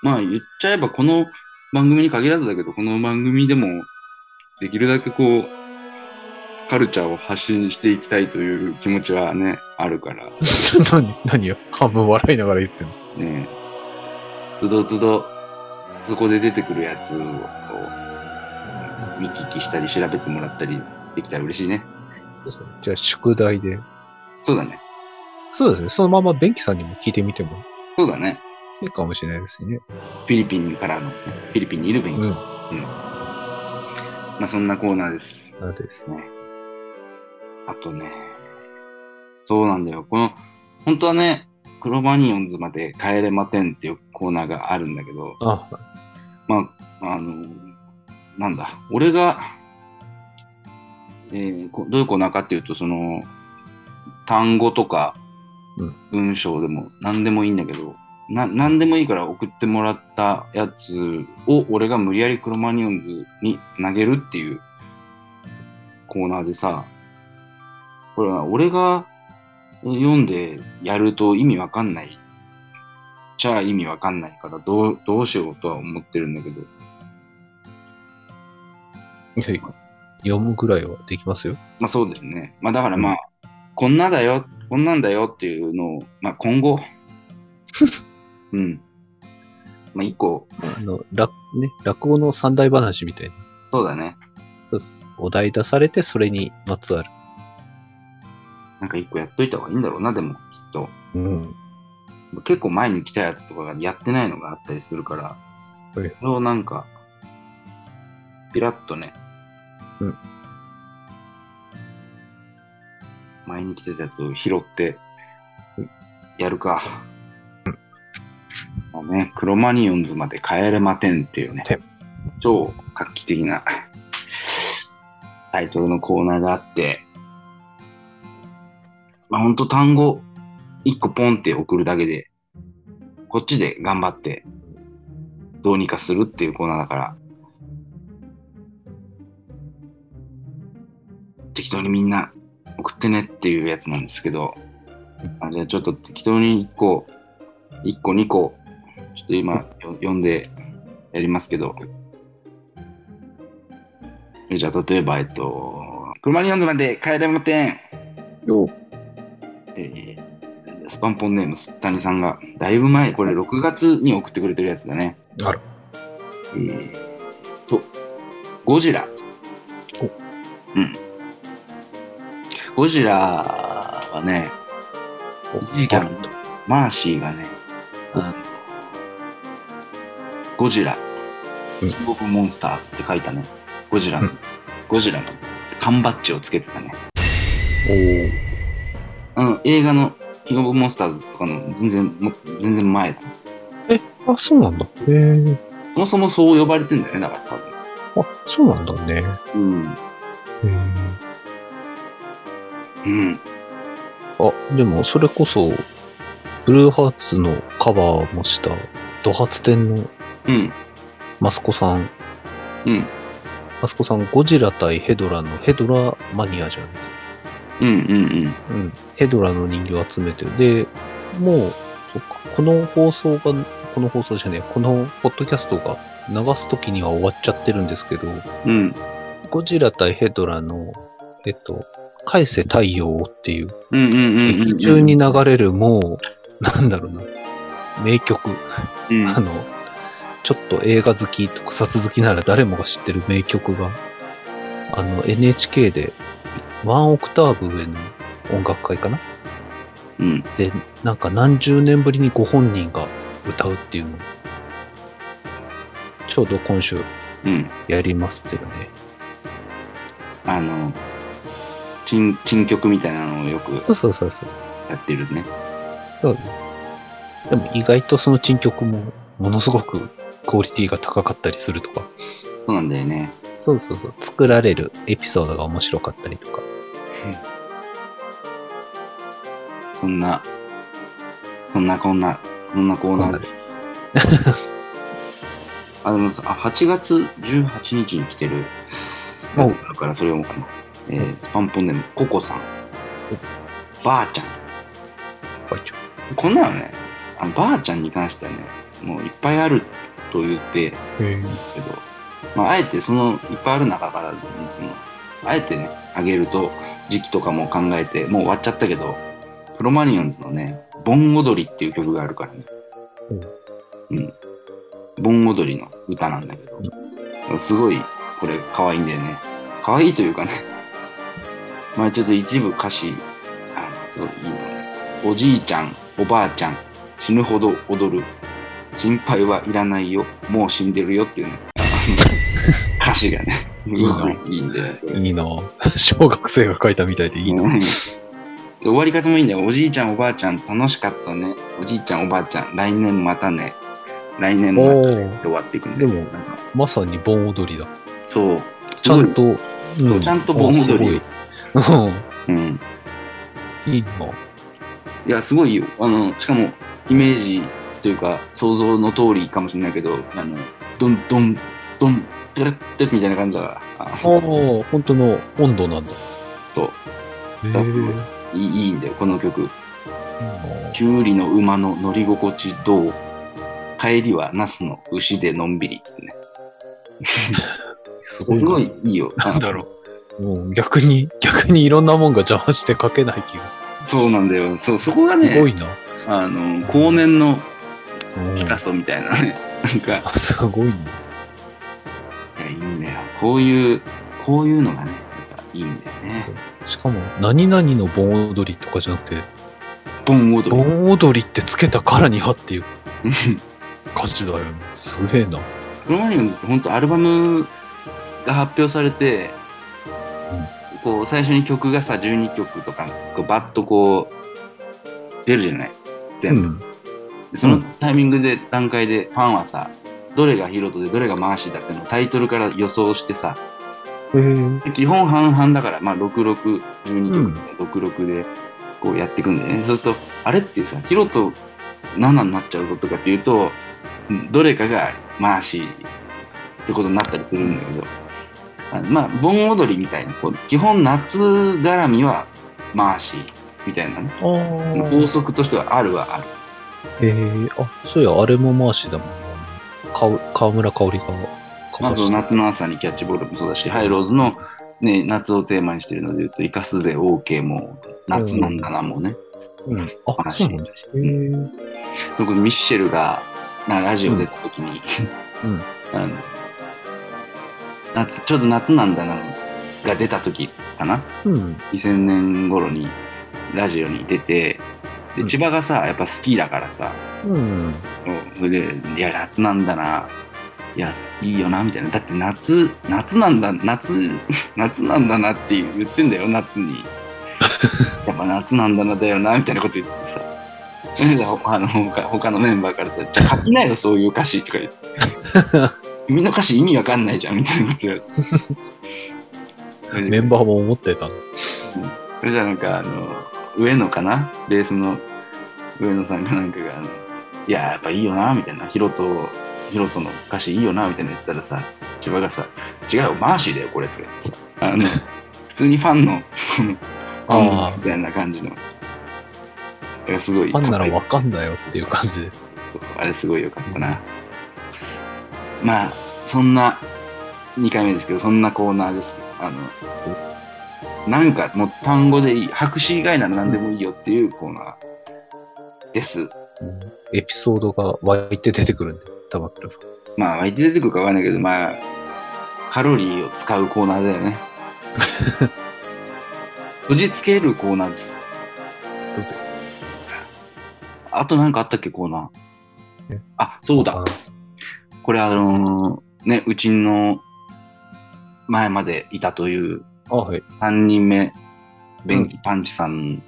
A: まあ言っちゃえばこの番組に限らずだけど、この番組でもできるだけこう、カルチャーを発信していきたいという気持ちはね、あるから、
B: 何、何よ半分笑いながら言ってんの
A: ね、つどつど、そこで出てくるやつを、こう見聞きしたり調べてもらったりできたら嬉しいね。
B: そうですね。じゃあ、宿題で。
A: そうだね。
B: そうですね。そのままベンキさんにも聞いてみても
A: そうだね。
B: いいかもしれないですね。
A: フィリピンからの、フィリピンにいるベンキさん。うんまあ、そんなコーナーです。
B: なんです。
A: あとね、そうなんだよ。この、本当はね、クロマニオンズまで帰れまてんっていうコーナーがあるんだけど、
B: あ、
A: まあ、あの、なんだ、俺が、えーこどういうコーナーかっていうと、その、単語とか
B: うん、
A: 文章でも何でもいいんだけど、な何でもいいから送ってもらったやつを俺が無理やりクロマニオンズにつなげるっていうコーナーでさ、これは俺が読んでやると意味わかんないじゃあ意味わかんないからどうどうしようとは思ってるんだけど、
B: いやいや読むぐらいはできますよ。
A: まあそうですね。まあだからまあ、こんなだよ、こんなんだよっていうのを、まあ今 後、うん。まあ一個、
B: あの、落、ね、落語の三大話みたいな。
A: そうだね。
B: お題出されて、それにまつわる。
A: なんか一個やっといた方がいいんだろうな、でもきっと。
B: うん。
A: 結構前に来たやつとかがやってないのがあったりするから、
B: はい
A: それをなんか、ピラッとね、
B: うん
A: 前に来てたやつを拾って、やるか。まあね、クロマニオンズまで帰れまてんっていうね
B: てん、
A: 超画期的なタイトルのコーナーがあって、まあ、ほんと単語一個ポンって送るだけで、こっちで頑張って、どうにかするっていうコーナーだから、適当にみんな送ってねっていうやつなんですけど、あじゃあちょっと適当に1個、1個2個、ちょっと今よ読んでやりますけど、えじゃあ例えば、えっと、車に呼んでまで帰れまてん
B: よ
A: えースパンポンネームすったにさんがだいぶ前これ6月に送ってくれてるやつだね
B: あら
A: えーとゴジラ
B: お
A: うんゴジラはね一時期あのマーシーがね
B: お
A: あのゴジラ
B: うん
A: キングオブモンスターズって書いたねゴジラの、
B: うん
A: ゴジラの缶バッジをつけてたね
B: おー
A: あの映画の「キングオブモンスターズ」とかの全然も全然前だ
B: あ、そうなんだ。へえ。
A: そもそもそう呼ばれてんだよねだから多
B: あ、そうなんだね。
A: 分
B: へ
A: うん、うん、
B: あ、でも、それこそ、ブルーハーツのカバーもした、ドハツ店の
A: うん
B: マスコさん。
A: うん
B: マスコさん、ゴジラ対ヘドラのヘドラマニアじゃないですか。
A: うんうん
B: うん、ヘドラの人形を集めてる。で、もう、そっかこの放送が、この放送じゃねえ、このポッドキャストが流す時には終わっちゃってるんですけど、
A: うんうん
B: ゴジラ対ヘドラの、えっと、返せ太陽をっていう、
A: うんうんうんうんうん
B: 劇中に流れるもう、なんだろうな、名曲。
A: うん
B: あの、ちょっと映画好き、特撮好きなら誰もが知ってる名曲が、あの、NHK で、ワンオクターブ上の音楽会かな
A: うん
B: で、なんか何十年ぶりにご本人が歌うっていうのをちょうど今週
A: うん
B: やりますけどね。
A: あの珍珍曲みたいなのをよく
B: そうそうそうそう。
A: やってるね
B: そうねでも意外とその珍曲もものすごくクオリティが高かったりするとか、
A: そうなんだよね
B: そうそうそう、作られるエピソードが面白かったりとか。
A: そんなそんなこんなそんなコーナーですあ、でもさ、あ、8月18日に来てるやつがあるから、それを読もうかな。えー、スパンポンネーム、ココさん。ばあちゃん。こんなのね、あのばあちゃんに関してはね、もういっぱいあると言ってるけど、まあ、あえてそのいっぱいある中から、そのあえてね、あげると、時期とかも考えて、もう終わっちゃったけど、プロマニオンズのね、盆踊りっていう曲があるからね。
B: うん
A: うん、盆踊りの歌なんだけど、すごいこれ可愛いんだよね。可愛いというかね、まあちょっと一部歌詞、あのすごいいいのね。おじいちゃん、おばあちゃん、死ぬほど踊る。心配はいらないよ、もう死んでるよっていう ね、あの歌詞がね、
B: いな
A: うんいいんだよ。これ
B: いいな ぁ小学生が書いたみたいでいいなぁ
A: うん終わり方もいいんだよ。おじいちゃん、おばあちゃん、楽しかったね。おじいちゃん、おばあちゃん、来年またね。来年またね
B: お
A: っ
B: ー
A: て終わっていくんだ
B: で
A: よ
B: も
A: なんか
B: まさに盆踊りだ。
A: そう。
B: ちゃんと、
A: ごいうちゃんと盆踊り
B: あすごい
A: うん。
B: うん。いいない
A: や、すごいよ。あの、しかも、イメージというか、想像の通りかもしれないけど、あの、どんどん、どん、てれってみたいな感じだから、あ
B: ああ、本当の温度なんだ。
A: そ
B: へ
A: あすごい
B: ー
A: う。いいいいんだよ、この曲。
B: うん
A: きゅうりの馬の乗り心地どう帰りはナスの牛でのんびりっつってね。す
B: す
A: ご
B: ごい
A: いいいよ。
B: な。なんだろう。もう逆に、逆にいろんなもんが邪魔して書けない気が。
A: そうなんだよ。そうそこが
B: すご
A: ね、
B: いな。
A: あの後年の
B: うん
A: ピカソみたいなね、 なんか、い
B: あすごいな。
A: やいいんだよ。こういう、こういうのがね、なんかいいんだよね。
B: しかも、何々の盆踊りとかじゃなくて、
A: 盆踊 り。
B: 盆踊りってつけたからにはっていう
A: うん
B: 歌詞だよね。すげえな。
A: クロマニオンズって本当アルバムが発表されて、こう最初に曲がさ、12曲とか、こうバッとこう、出るじゃない全部。
B: うん
A: でそのタイミングで段階でファンはさ、どれがヒロトでどれがマーシーだってのをタイトルから予想してさ、で基本半々だから、まあ、66、12曲で、66でこうやっていくんだよね。そうすると、あれっていうさ、ヒロと7になっちゃうぞとかっていうと、どれかがマーシーってことになったりするんだけど、あまあ、盆踊りみたいな、こう基本夏絡みはマーシーみたいなね、
B: あー
A: 法則としてはあるはある。
B: えー、あ、そういや、あれも回しだもんな。かお川村香織が、
A: まあ、その
B: な。
A: 夏の朝にキャッチボールもそうだし、ハイローズの、ね、夏をテーマにしてるので言うと、イカスゼ、OK も夏なんだな、もうね。
B: うん。あ、そうなんだ。えー、
A: 僕、ミッシェルがなラジオ出た時に、
B: うんうん
A: あの夏、ちょうど夏なんだなが出た時かな。
B: うん。
A: 2000年頃にラジオに出て、
B: う
A: で
B: ん
A: 千葉がさ、やっぱ好きだからさ、
B: うん。
A: うんそれで、いや、夏なんだな。いや、いいよな、みたいな。だって夏、夏なんだ、夏、 夏なんだなって言ってんだよ、夏に。やっぱ夏なんだな、だよな、みたいなこと言ってさ。それであの他他のメンバーからさ、じゃあ書きなよ、そういう歌詞とか言って。君の歌詞意味わかんないじゃん、みたいなこと言われてそ れで
B: メンバーも思ってたの。
A: それじゃなんかあの上野かなベースの上野さんがなんかがあの「いややっぱいいよな」みたいな「ヒロトヒロトの歌詞いいよな」みたいな言ったらさ千葉がさ「違うよマーシーだよこれ」って言ってさあの普通にファンのこの
B: あー
A: みたいな感じのいやすごい
B: ファンならわかんだよっていう感じで。
A: そうあれすごいよかったなまあそんな2回目ですけどそんなコーナーですあのなんかもう単語でいい白紙以外なら何でもいいよっていうコーナーです
B: うんエピソードが湧いて出てくるんで、タバキロさ
A: まあ湧いて出てくるかわかんないけどまあカロリーを使うコーナーだよ ねこじつけるコーナーです
B: ん。どうで
A: あとなんかあったっけコーナー
B: え
A: あそうだ。これあのーねうちの前までいたという
B: あ、はい。
A: 3人目便器パンチさん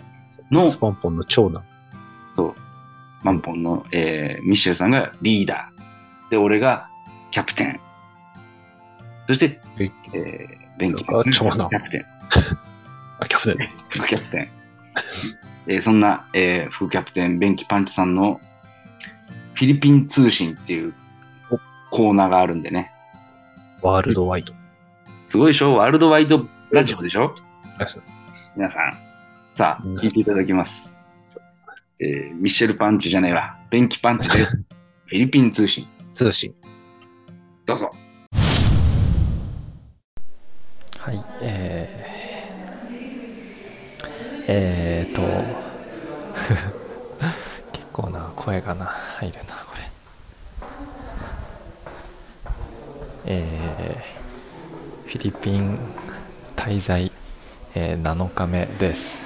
A: の、
B: スパンポンの長男。
A: そうマンポンの、えーミッシェルさんがリーダーで俺がキャプテンそして、
B: え
A: えー、便器パンチさんが
B: あ
A: キャプテン
B: あ、キャプテン。
A: 副キャプテン、えーそんな、えー副キャプテン便器パンチさんのフィリピン通信っていうコーナーがあるんでね
B: ワールドワイド。
A: すごいでしょワールドワイドラジオでしょ
B: ラジオ
A: 皆さん、さあ
B: う、ん
A: 聞いていただきます。えーミッシェルパンチじゃないわ。便器パンチ でフィリピン通信。
B: 通信。
A: どうぞ。
C: はい、えー、えーと、 結構な声がな、入るな、これ。えーフィリピン滞在、えー7日目です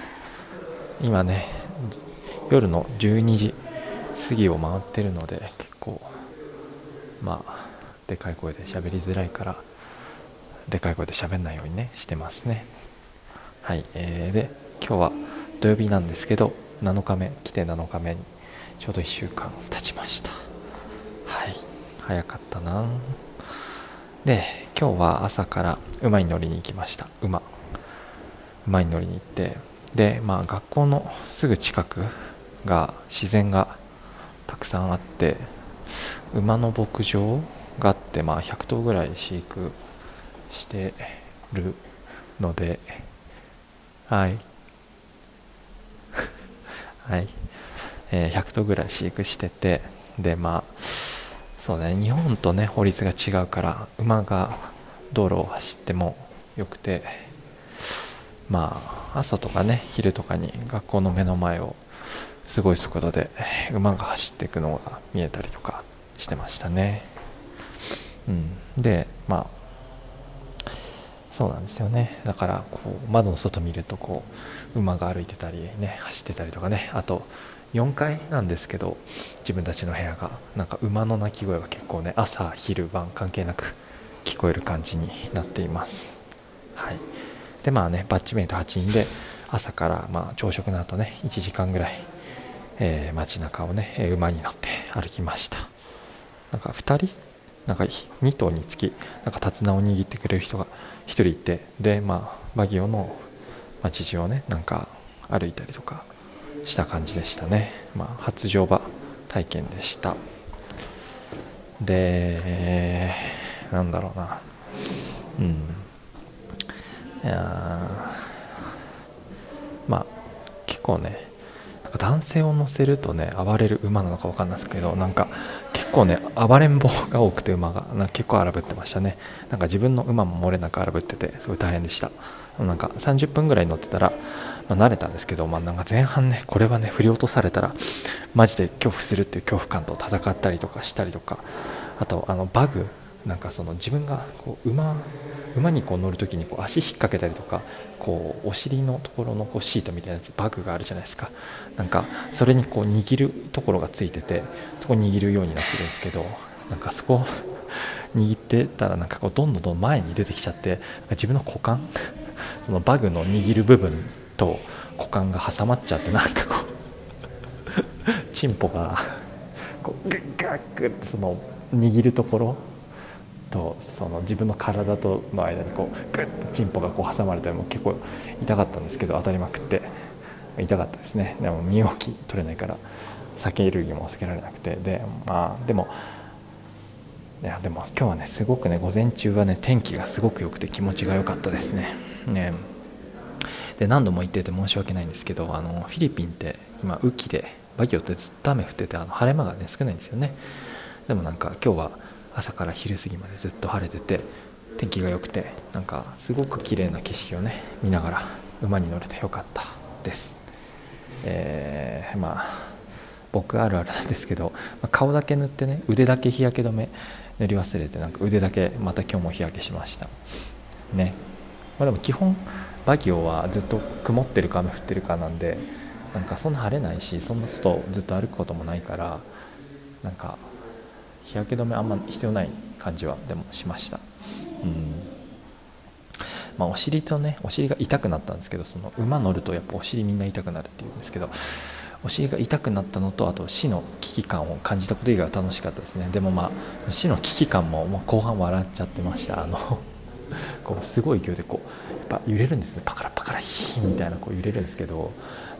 C: 今ね夜の12時過ぎを回ってるので結構まあでかい声で喋りづらいからでかい声で喋んないようにねしてますねはい、えーで今日は土曜日なんですけど7日目来て7日目にちょうど1週間経ちましたはい早かったなで今日は朝から馬に乗りに行きました馬馬に乗りに行ってでまあ学校のすぐ近くが自然がたくさんあって馬の牧場があって、まあ、100頭ぐらい飼育してるのではい はい、えー100頭ぐらい飼育しててでまあそうね日本とね法律が違うから馬が道路を走ってもよくてまあ朝とかね昼とかに学校の目の前をすごい速度でえー馬が走っていくのが見えたりとかしてましたね。うん、でまあそうなんですよねだからこう窓の外見るとこう馬が歩いてたりね走ってたりとかねあと4階なんですけど自分たちの部屋がなんか馬の鳴き声が結構ね朝昼晩関係なく聞こえる感じになっていますはいでまあねバッチメイト8人で朝からまあ朝食の後ね1時間ぐらい、えー街中をねえー馬に乗って歩きましたなんか2人なんか2頭につきなんか手綱を握ってくれる人が1人いてでまあバギオの街中をねなんか歩いたりとかした感じでしたね、まあ、初乗馬体験でしたでなんだろうなうんいやーまあ結構ねなんか男性を乗せるとね暴れる馬なのか分かんないですけどなんか結構ね暴れん坊が多くて馬がなんか結構荒ぶってましたねなんか自分の馬も漏れなく荒ぶっててすごい大変でしたなんか30分ぐらい乗ってたら、まあ、慣れたんですけど、まあ、なんか前半ねこれはね振り落とされたらマジで恐怖するっていう恐怖感と戦ったりとかしたりとかあとあのバグなんかその自分がこう馬馬にこう乗るときにこう足引っ掛けたりとかこうお尻のところのこうシートみたいなやつバグがあるじゃないですかなんかそれにこう握るところがついててそこ握るようになってるんですけどなんかそこ握ってたらなんかこうどんどんどん前に出てきちゃってなんか自分の股間そのバグの握る部分と股間が挟まっちゃってなんかこうチンポがこうグッガッグッてその握るところとその自分の体との間にこうグッとチンポがこう挟まれたりも結構痛かったんですけど当たりまくって痛かったですねでも身動き取れないから酒類も避けられなくてでまあでもいやでも今日はねすごくね午前中はね天気がすごく良くて気持ちが良かったですねねで何度も言ってて申し訳ないんですけどあのフィリピンって今雨季でバギオってずっと雨降っててあの晴れ間がね少ないんですよねでもなんか今日は朝から昼過ぎまでずっと晴れてて天気が良くてなんかすごく綺麗な景色をね見ながら馬に乗れてよかったですえーまあ僕あるあるなんですけど、まあ顔だけ塗ってね腕だけ日焼け止め塗り忘れてなんか腕だけまた今日も日焼けしましたね、まあ、でも基本バギオはずっと曇ってるか雨降ってるかなんでなんかそんな晴れないしそんな外ずっと歩くこともないからなんか日焼け止めあんま必要ない感じはでもしましたうんまあお尻とねお尻が痛くなったんですけどその馬乗るとやっぱお尻みんな痛くなるっていうんですけどお尻が痛くなったのとあと死の危機感を感じたこと以外は楽しかったですねでもまあ死の危機感ももう後半笑っちゃってましたあのこうすごい勢いでこうやっぱ揺れるんですねパカラパカラヒーみたいなこう揺れるんですけど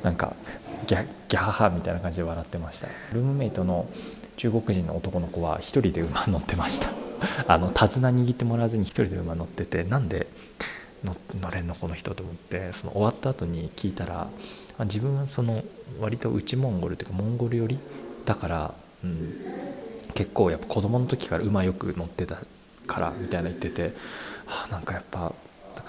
C: なんかギャギャハハみたいな感じで笑ってましたルームメイトの中国人の男の子は一人で馬乗ってました あの手綱握ってもらわずに一人で馬乗っててなんでの乗れんのこの人と思ってその終わった後に聞いたらあ自分はその割と内モンゴルというかモンゴル寄りだから、うん、結構やっぱ子供の時から馬よく乗ってたからみたいな言ってて、はあ、なんかやっぱなんか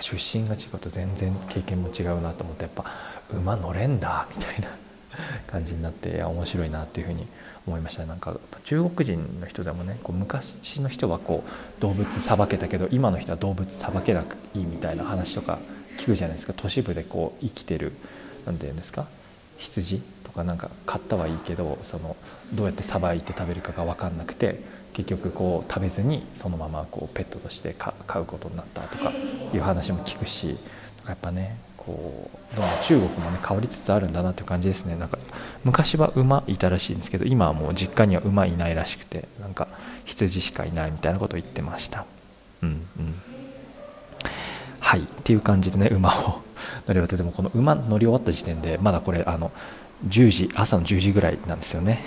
C: 出身が違うと全然経験も違うなと思ってやっぱ馬乗れんだみたいな感じになっていや面白いなっていうふうに思いましたねなんか中国人の人でもねこう昔の人はこう動物さばけたけど今の人は動物さばけなくいいみたいな話とか聞くじゃないですか都市部でこう生きてる何て言うんですか羊とかなんか買ったはいいけどそのどうやってさばいて食べるかが分かんなくて結局こう食べずにそのままこうペットとしてか飼うことになったとかいう話も聞くしやっぱねこうどんどん中国もね変わりつつあるんだなっていう感じですねなんか昔は馬いたらしいんですけど今はもう実家には馬いないらしくてなんか羊しかいないみたいなことを言ってましたうんうんはいっていう感じでね馬を乗り終わってでもこの馬乗り終わった時点でまだこれあの10時朝の10時ぐらいなんですよね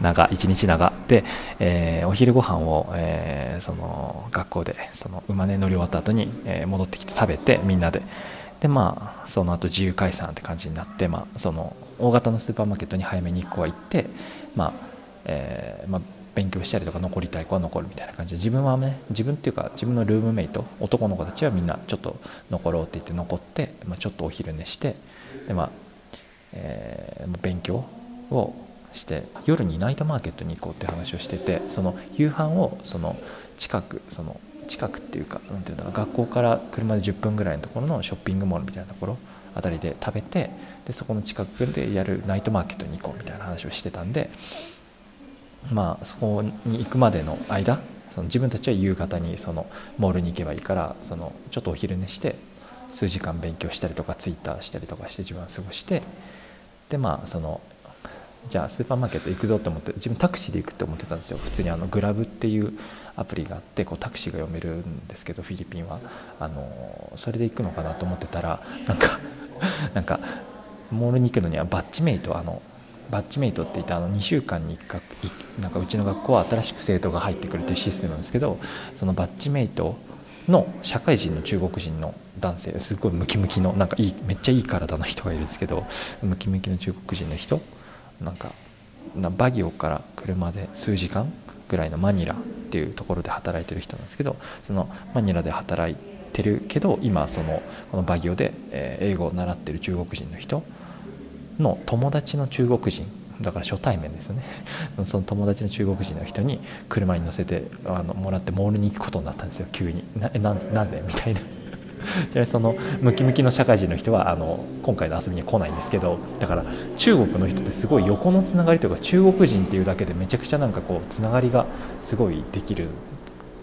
C: 長一日長で、えーお昼ご飯を、えーその学校でその馬ね乗り終わった後に、えー戻ってきて食べてみんなででまあその後自由解散って感じになって、まあ、その大型のスーパーマーケットに早めに1個は行って、まあえーまあ、勉強したりとか残りたい子は残るみたいな感じで自分はね自分っていうか自分のルームメイト男の子たちはみんなちょっと残ろうって言って残って、まあ、ちょっとお昼寝してでまあえー勉強をして夜にナイトマーケットに行こうって話をしててその夕飯をその近くその近くっていうかなんていうんだろう学校から車で10分ぐらいのところのショッピングモールみたいなところあたりで食べてでそこの近くでやるナイトマーケットに行こうみたいな話をしてたんでまあそこに行くまでの間その自分たちは夕方にそのモールに行けばいいからそのちょっとお昼寝して数時間勉強したりとかツイッターしたりとかして自分は過ごしてでまあそのじゃあスーパーマーケット行くぞと思って自分タクシーで行くって思ってたんですよ普通にあのグラブっていうアプリがあってこうタクシーが読めるんですけどフィリピンはあのそれで行くのかなと思ってたらなんか なんかモールに行くのにはバッチメイトあのバッチメイトって言ってあの2週間に1回いなんかうちの学校は新しく生徒が入ってくるっていうシステムなんですけどそのバッチメイトの社会人の中国人の男性すごいムキムキのなんかいいめっちゃいい体の人がいるんですけどムキムキの中国人の人なんかなバギオから車で数時間ぐらいのマニラっていうところで働いてる人なんですけどそのマニラで働いてるけど今そのこのバギオでえー英語を習ってる中国人の人の友達の中国人だから初対面ですよね その友達の中国人の人に車に乗せてあのもらってモールに行くことになったんですよ急になえなんなんでみ たいなちなみにそのムキムキの社会人の人はあの今回の遊びには来ないんですけどだから中国の人ってすごい横のつながりというか中国人っていうだけでめちゃくちゃなんかこうつながりがすごいできる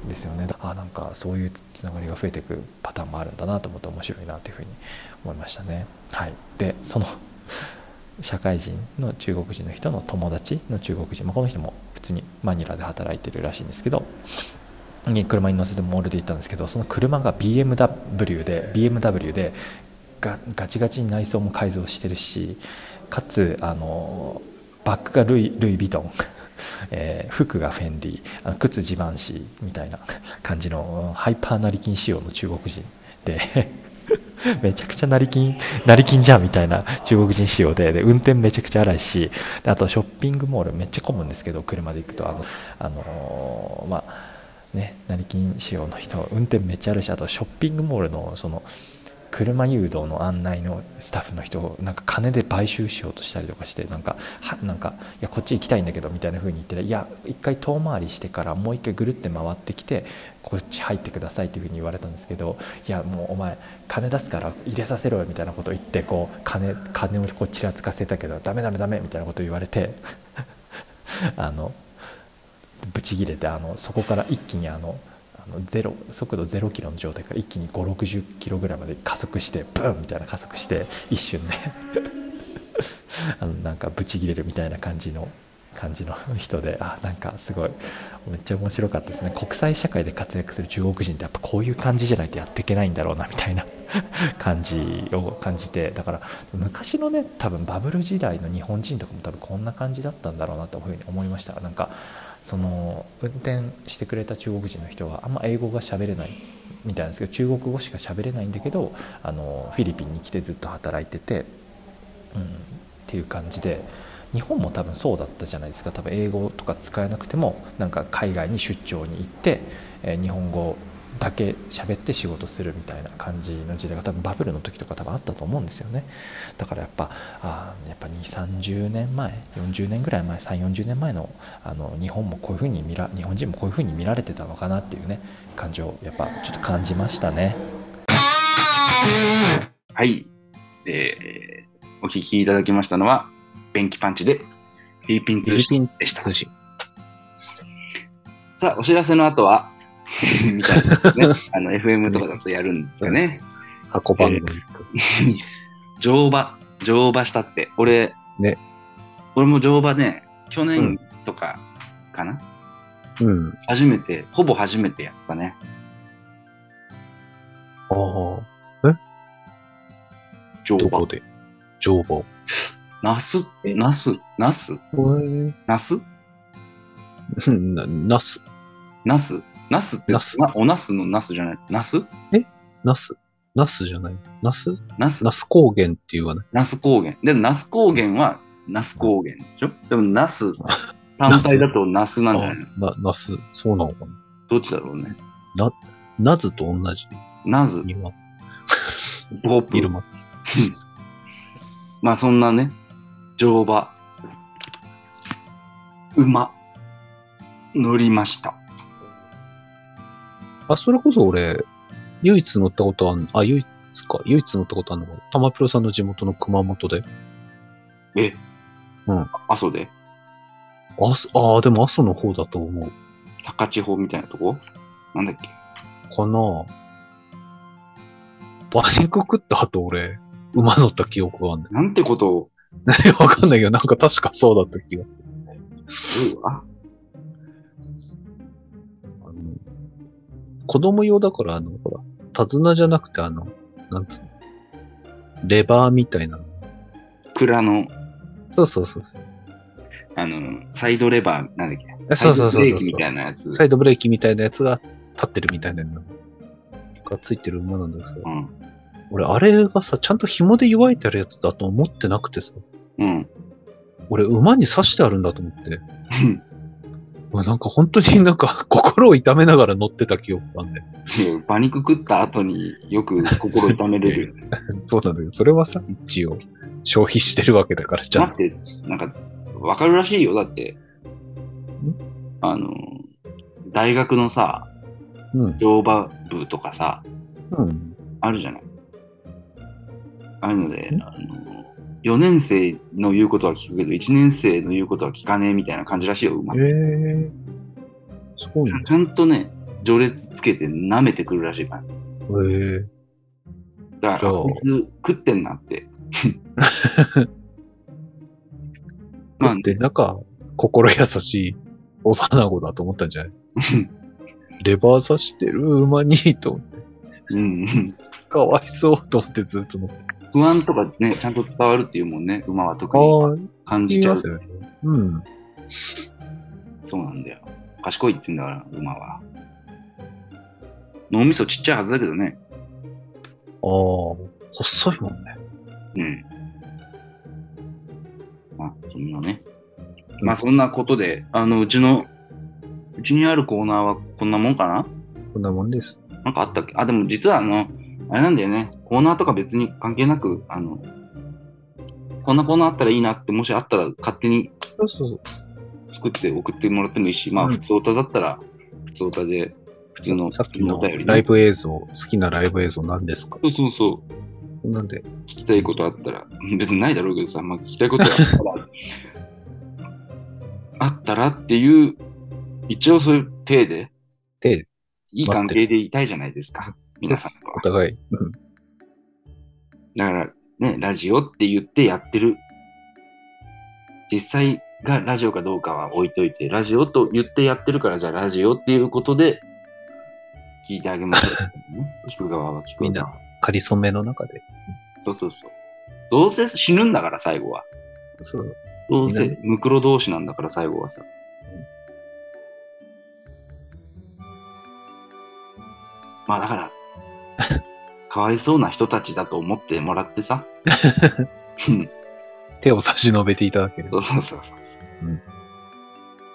C: んですよねあなんかそういうつつながりが増えていくパターンもあるんだなと思って面白いなというふうに思いましたね。はい、でその社会人の中国人の人の友達の中国人、まあ、この人も普通にマニラで働いてるらしいんですけどに車に乗せてモールで行ったんですけどその車が BMW で BMW でガガチガチに内装も改造してるしかつあのバッグがルイ・ルイ・ヴィトン、 えー服がフェンディあの靴ジバンシーみたいな感じのハイパー成金仕様の中国人で めちゃくちゃ成金成金じゃんみたいな中国人仕様でで運転めちゃくちゃ荒いしであとショッピングモールめっちゃ混むんですけど車で行くとあの、あのーまあね、成金仕様の人運転めっちゃあるしあとショッピングモールのその車誘導の案内のスタッフの人をなんか金で買収しようとしたりとかしてなんかはなんかいやこっち行きたいんだけどみたいな風に言っていや一回遠回りしてからもう一回ぐるって回ってきてこっち入ってくださいっていう風に言われたんですけどいやもうお前金出すから入れさせろよみたいなことを言ってこう金金をこうちらつかせたけどダメダメダメみたいなことを言われて あのブチ切れてあのそこから一気にあのあのゼロ速度0キロの状態から一気に560キロぐらいまで加速してブーンみたいな加速して一瞬ね あのなんかブチ切れるみたいな感じの感じの 人であなんかすごいめっちゃ面白かったですね国際社会で活躍する中国人ってやっぱこういう感じじゃないとやっていけないんだろうなみたいな 感じを感じてだから昔のね多分バブル時代の日本人とかも多分こんな感じだったんだろうなというふうに思いましたなんかその運転してくれた中国人の人はあんま英語が喋れないみたいなんですけど中国語しか喋れないんだけどあのフィリピンに来てずっと働いてて、うん、っていう感じで日本も多分そうだったじゃないですか多分英語とか使えなくてもなんか海外に出張に行って、えー日本語だけ喋って仕事するみたいな感じの時代が多分バブルの時とか多分あったと思うんですよねだからやっぱあーやっぱ2 3 0年前40年ぐらい前3 4 0年前のあの日本もこういう風に見ら日本人もこういう風に見られてたのかなっていうね感じをやっぱちょっと感じましたね
A: はい。えーお聞きいただきましたのは、便器パンチで、フィリピン通信でした。
B: 通信。
A: さあ、お知らせの後は、 みたいなね、 あの FM とかだとやるんですよね。
B: 箱番組。
A: 乗馬、乗馬したって、俺、
B: ね
A: 俺も乗馬ね、去
B: う
A: 年
B: ん
A: とかかな、
B: うん。
A: 初めて、ほぼ初めてやったね。
B: ああ、
A: 乗
B: どこ
A: 馬。
B: で乗馬。
A: ナス、ナス、ナス、ナス、
B: うん なナス、
A: ナス、ナスって
B: ナス
A: なおナスのナスじゃない、ナス
B: ナス、ナスじゃない。ナス
A: ナス
B: ナス高原って言わない。
A: 那須高原。でも那須高原は那須高原でしょでも那須単体だと那須なんじゃないの
B: あなナス、そうなのかな。
A: どっちだろうね。
B: ナズと同じ。
A: 那須、
B: 今、
A: ボープ
B: イルマ。
A: まあそんなね、乗馬、馬、乗りました。
B: あ、それこそ俺、唯一乗ったことあん、あ、唯一か、唯一乗ったことあんのが、玉プロさんの地元の熊本で。
A: え
B: うん。
A: 阿蘇で
B: あ、すあーでも阿蘇の方だと思う。
A: 高千穂みたいなとこなんだっけ
B: かなバイク食った後俺、馬乗った記憶があんね
A: なんてことを
B: わかん ないけど、なんか確かそうだった気が。
A: 言うわ。
B: あの、子供用だから、あの、ほら、手綱じゃなくて、あの、なんつうの、レバーみたいなの。
A: 蔵の、
B: そうそうそうそ
A: あの、サイドレバー、なんだっけ
B: う。
A: サイ
B: そうそ
A: ド
B: うそ
A: ブ
B: う
A: レー
B: そう
A: キみたいなやつ。
B: サイドブレーキみたいなやつが立ってるみたいなのがついてる馬なんだけどさ。
A: うん。
B: 俺、あれがさ、ちゃんと紐で弱いてあるやつだと思ってなくてさ。
A: うん。
B: 俺、馬に刺してあるんだと思って。うわなんか本当になんか 心を痛めながら乗ってた記憶があんね。
A: 馬肉食った後によく心痛めれるよ ね。
B: そうなんだけど、それはさ、一応消費してるわけだから、ちゃ
A: 待
B: ん
A: っ
B: と。
A: て、なんか、わかるらしいよ。だって、あの、大学のさ、
B: うん。
A: 乗馬部とかさ、
B: うん。
A: あるじゃない。ああいうので
B: ん、
A: あの4年生の言うことは聞くけど、1年生の言うことは聞かねえみたいな感じらしいよ、馬。
B: えー、すごいね。
A: ちゃんとね、序列つけて舐めてくるらしいから。
B: えー、
A: だから、
B: そう
A: こいつ食ってんなって。まあね、
B: で、なんか、心優しい幼子だと思ったんじゃないレバー刺してる馬に、と思って、
A: うんうん。
B: かわいそうと思ってずっと乗って。
A: 不安とかね、ちゃんと伝わるっていうもんね、馬は特
B: あ
A: に
B: あ、
A: 感じ
B: 言い
A: ちゃ
B: ま
A: う
B: す。よね。うん。
A: そうなんだよ。賢いって言うんだから、馬は。脳みそちっちゃいはずだけどね。
B: ああ、細いもんね。
A: うん。まあ、そんなね。まあ、そんなことで、あの、うちの、うちにあるコーナーはこんなもんかな
B: こんなもんです。
A: なんかあったっけあ、でも実はあの、あれなんだよね。コーナーとか別に関係なく、あの、こんなコーナーあったらいいなって、もしあったら勝手に
B: そうそうそう。
A: 作って送ってもらってもいいし、まあ、
B: うん
A: 普通歌だったら、普通歌で、普通の、
B: さっ
A: 普
B: き
A: 通の
B: の
A: お便り、
B: ライ。ブ映像、好きなライブ映像何ですか
A: そうそうそう。
B: なんで、
A: 聞きたいことあったら、別にないだろうけどさ、まあ、聞きたいことあったら、 あったらっていう、一応そういう体で、
B: 手で
A: いい関係でいたいじゃないですか、皆さんとは
B: お。互い、うん、
A: だから、ね、ラジオって言ってやってる。実際がラジオかどうかは置いといて、ラジオと言ってやってるから、じゃあラジオっていうことで、聞いてあげましょう、ね。 聞く側は聞く側。
B: みんな仮染めの中で。
A: そうそうそう。どうせ死ぬんだから、最後は。
B: そう。
A: どうせ
B: みんな、
A: ムクロ同士なんだから、最後はさ。まあ、だ から、かわいそうな人たちだと思ってもらって さ。うん
B: 手を差し伸べていただける
A: そ。うそうそうそう。
B: うん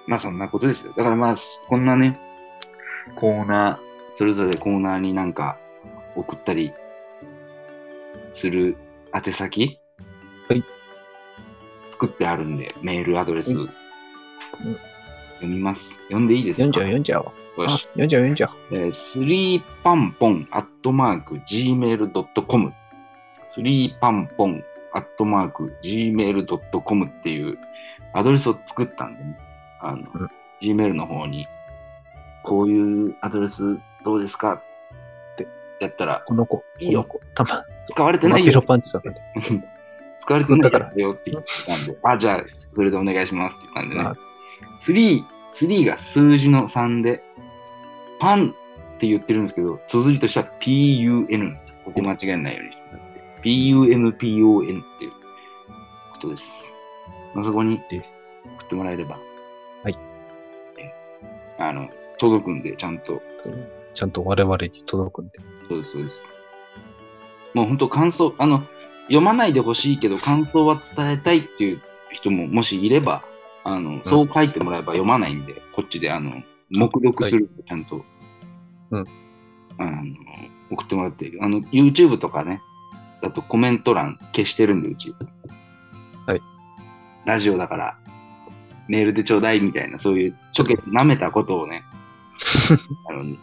A: まあ、そんなことですよ。だからまあ、こんなね、コーナー、それぞれコーナーになんか送ったりする宛先
B: はい
A: 作ってあるんで、メールアドレス、
B: うん
A: 読みます。読んでいいですか
B: 読んじゃう、
A: よ
B: 読んじゃう。あ
A: し。、
B: 読んじゃう、読んじゃう。
A: えー、スリーパンポンアットマーク Gmail.com スリーパンポンアットマーク Gmail.com っていうアドレスを作ったんでね、あの、
B: うん
A: Gmail の方に、こういうアドレスどうですかってやったら、
B: この子、
A: いいよ
B: この子。たま、
A: 使われて
B: たま
A: ない
B: ピロ
A: よ。
B: パンチだから。
A: 使われてないからよって言ってきたんで、あ、じゃあ、それでお願いしますって言ったんでね
B: あ。
A: スリー、スリーが数字の3で、パンって言ってるんですけど、綴りとしては PUN。ここ間違えないように。PUNPON っていうことです。まあ、そこに
B: え
A: 送ってもらえれば。
B: はい。
A: あの、届くんで、ちゃんと。
B: ちゃんと我々に届くんで。
A: そうです、そうです。もう本当感想、あの、読まないでほしいけど、感想は伝えたいっていう人ももしいれば、あの、そう書いてもらえば読まないんで、こっちで、あの、目録する、ちゃんと。
B: うん。
A: あの、送ってもらって、あの、YouTube とかね、だとコメント欄消してるんで、うち。
B: はい。
A: ラジオだから、メールでちょうだいみたいな、そういうちょけ舐めたことを ね、あの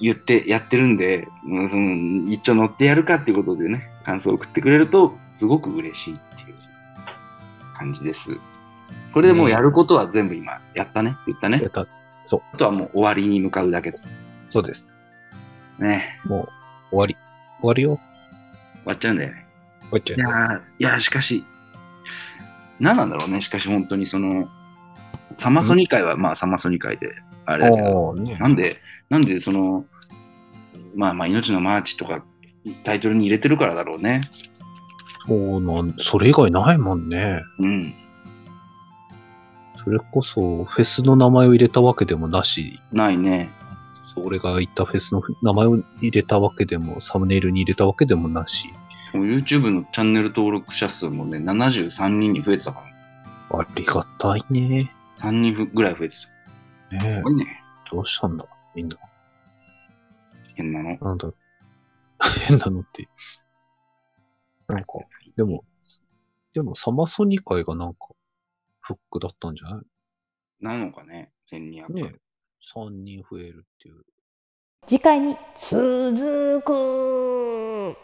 A: 言ってやってるんで、うんその一応乗ってやるかっていうことでね、感想を送ってくれると、すごく嬉しいっていう感じです。これでもうやることは全部今、やったね、言ったね
B: や。った
A: あとはもう終わりに向かうだけと。
B: そうです。
A: ね、
B: もう、終わり。終わるよ。
A: 終わっちゃうんだよね。
B: 終わっちゃ
A: いやー、いやーしかし、何なんだろうね、しかし本当にその、サマソニ会は、まあサマソニ会で、あれだけど
B: う。、おー、ね。
A: なんで、なんでその、まあまあ、命のマーチとかタイトルに入れてるからだろうね。
B: そうなん、それ以外ないもんね。
A: うん。
B: それこそ、フェスの名前を入れたわけでもなし、
A: ないね。
B: 俺が行ったフェスの名前を入れたわけでも、サムネイルに入れたわけでもなし、
A: もう YouTube のチャンネル登録者数もね、73人に増えてたから。
B: ありがたいね。
A: 3人ふぐらい増えて
B: ね
A: た。
B: え
A: すごいね。
B: どうしたんだみんな。
A: 変なの。
B: なんだろ う。変なのって。なんか、でも、でもサマソニ会がなんか、フックだったんじゃな
A: なのかね、1200。
B: いねえ。3人増えるっていう。
D: 次回に続く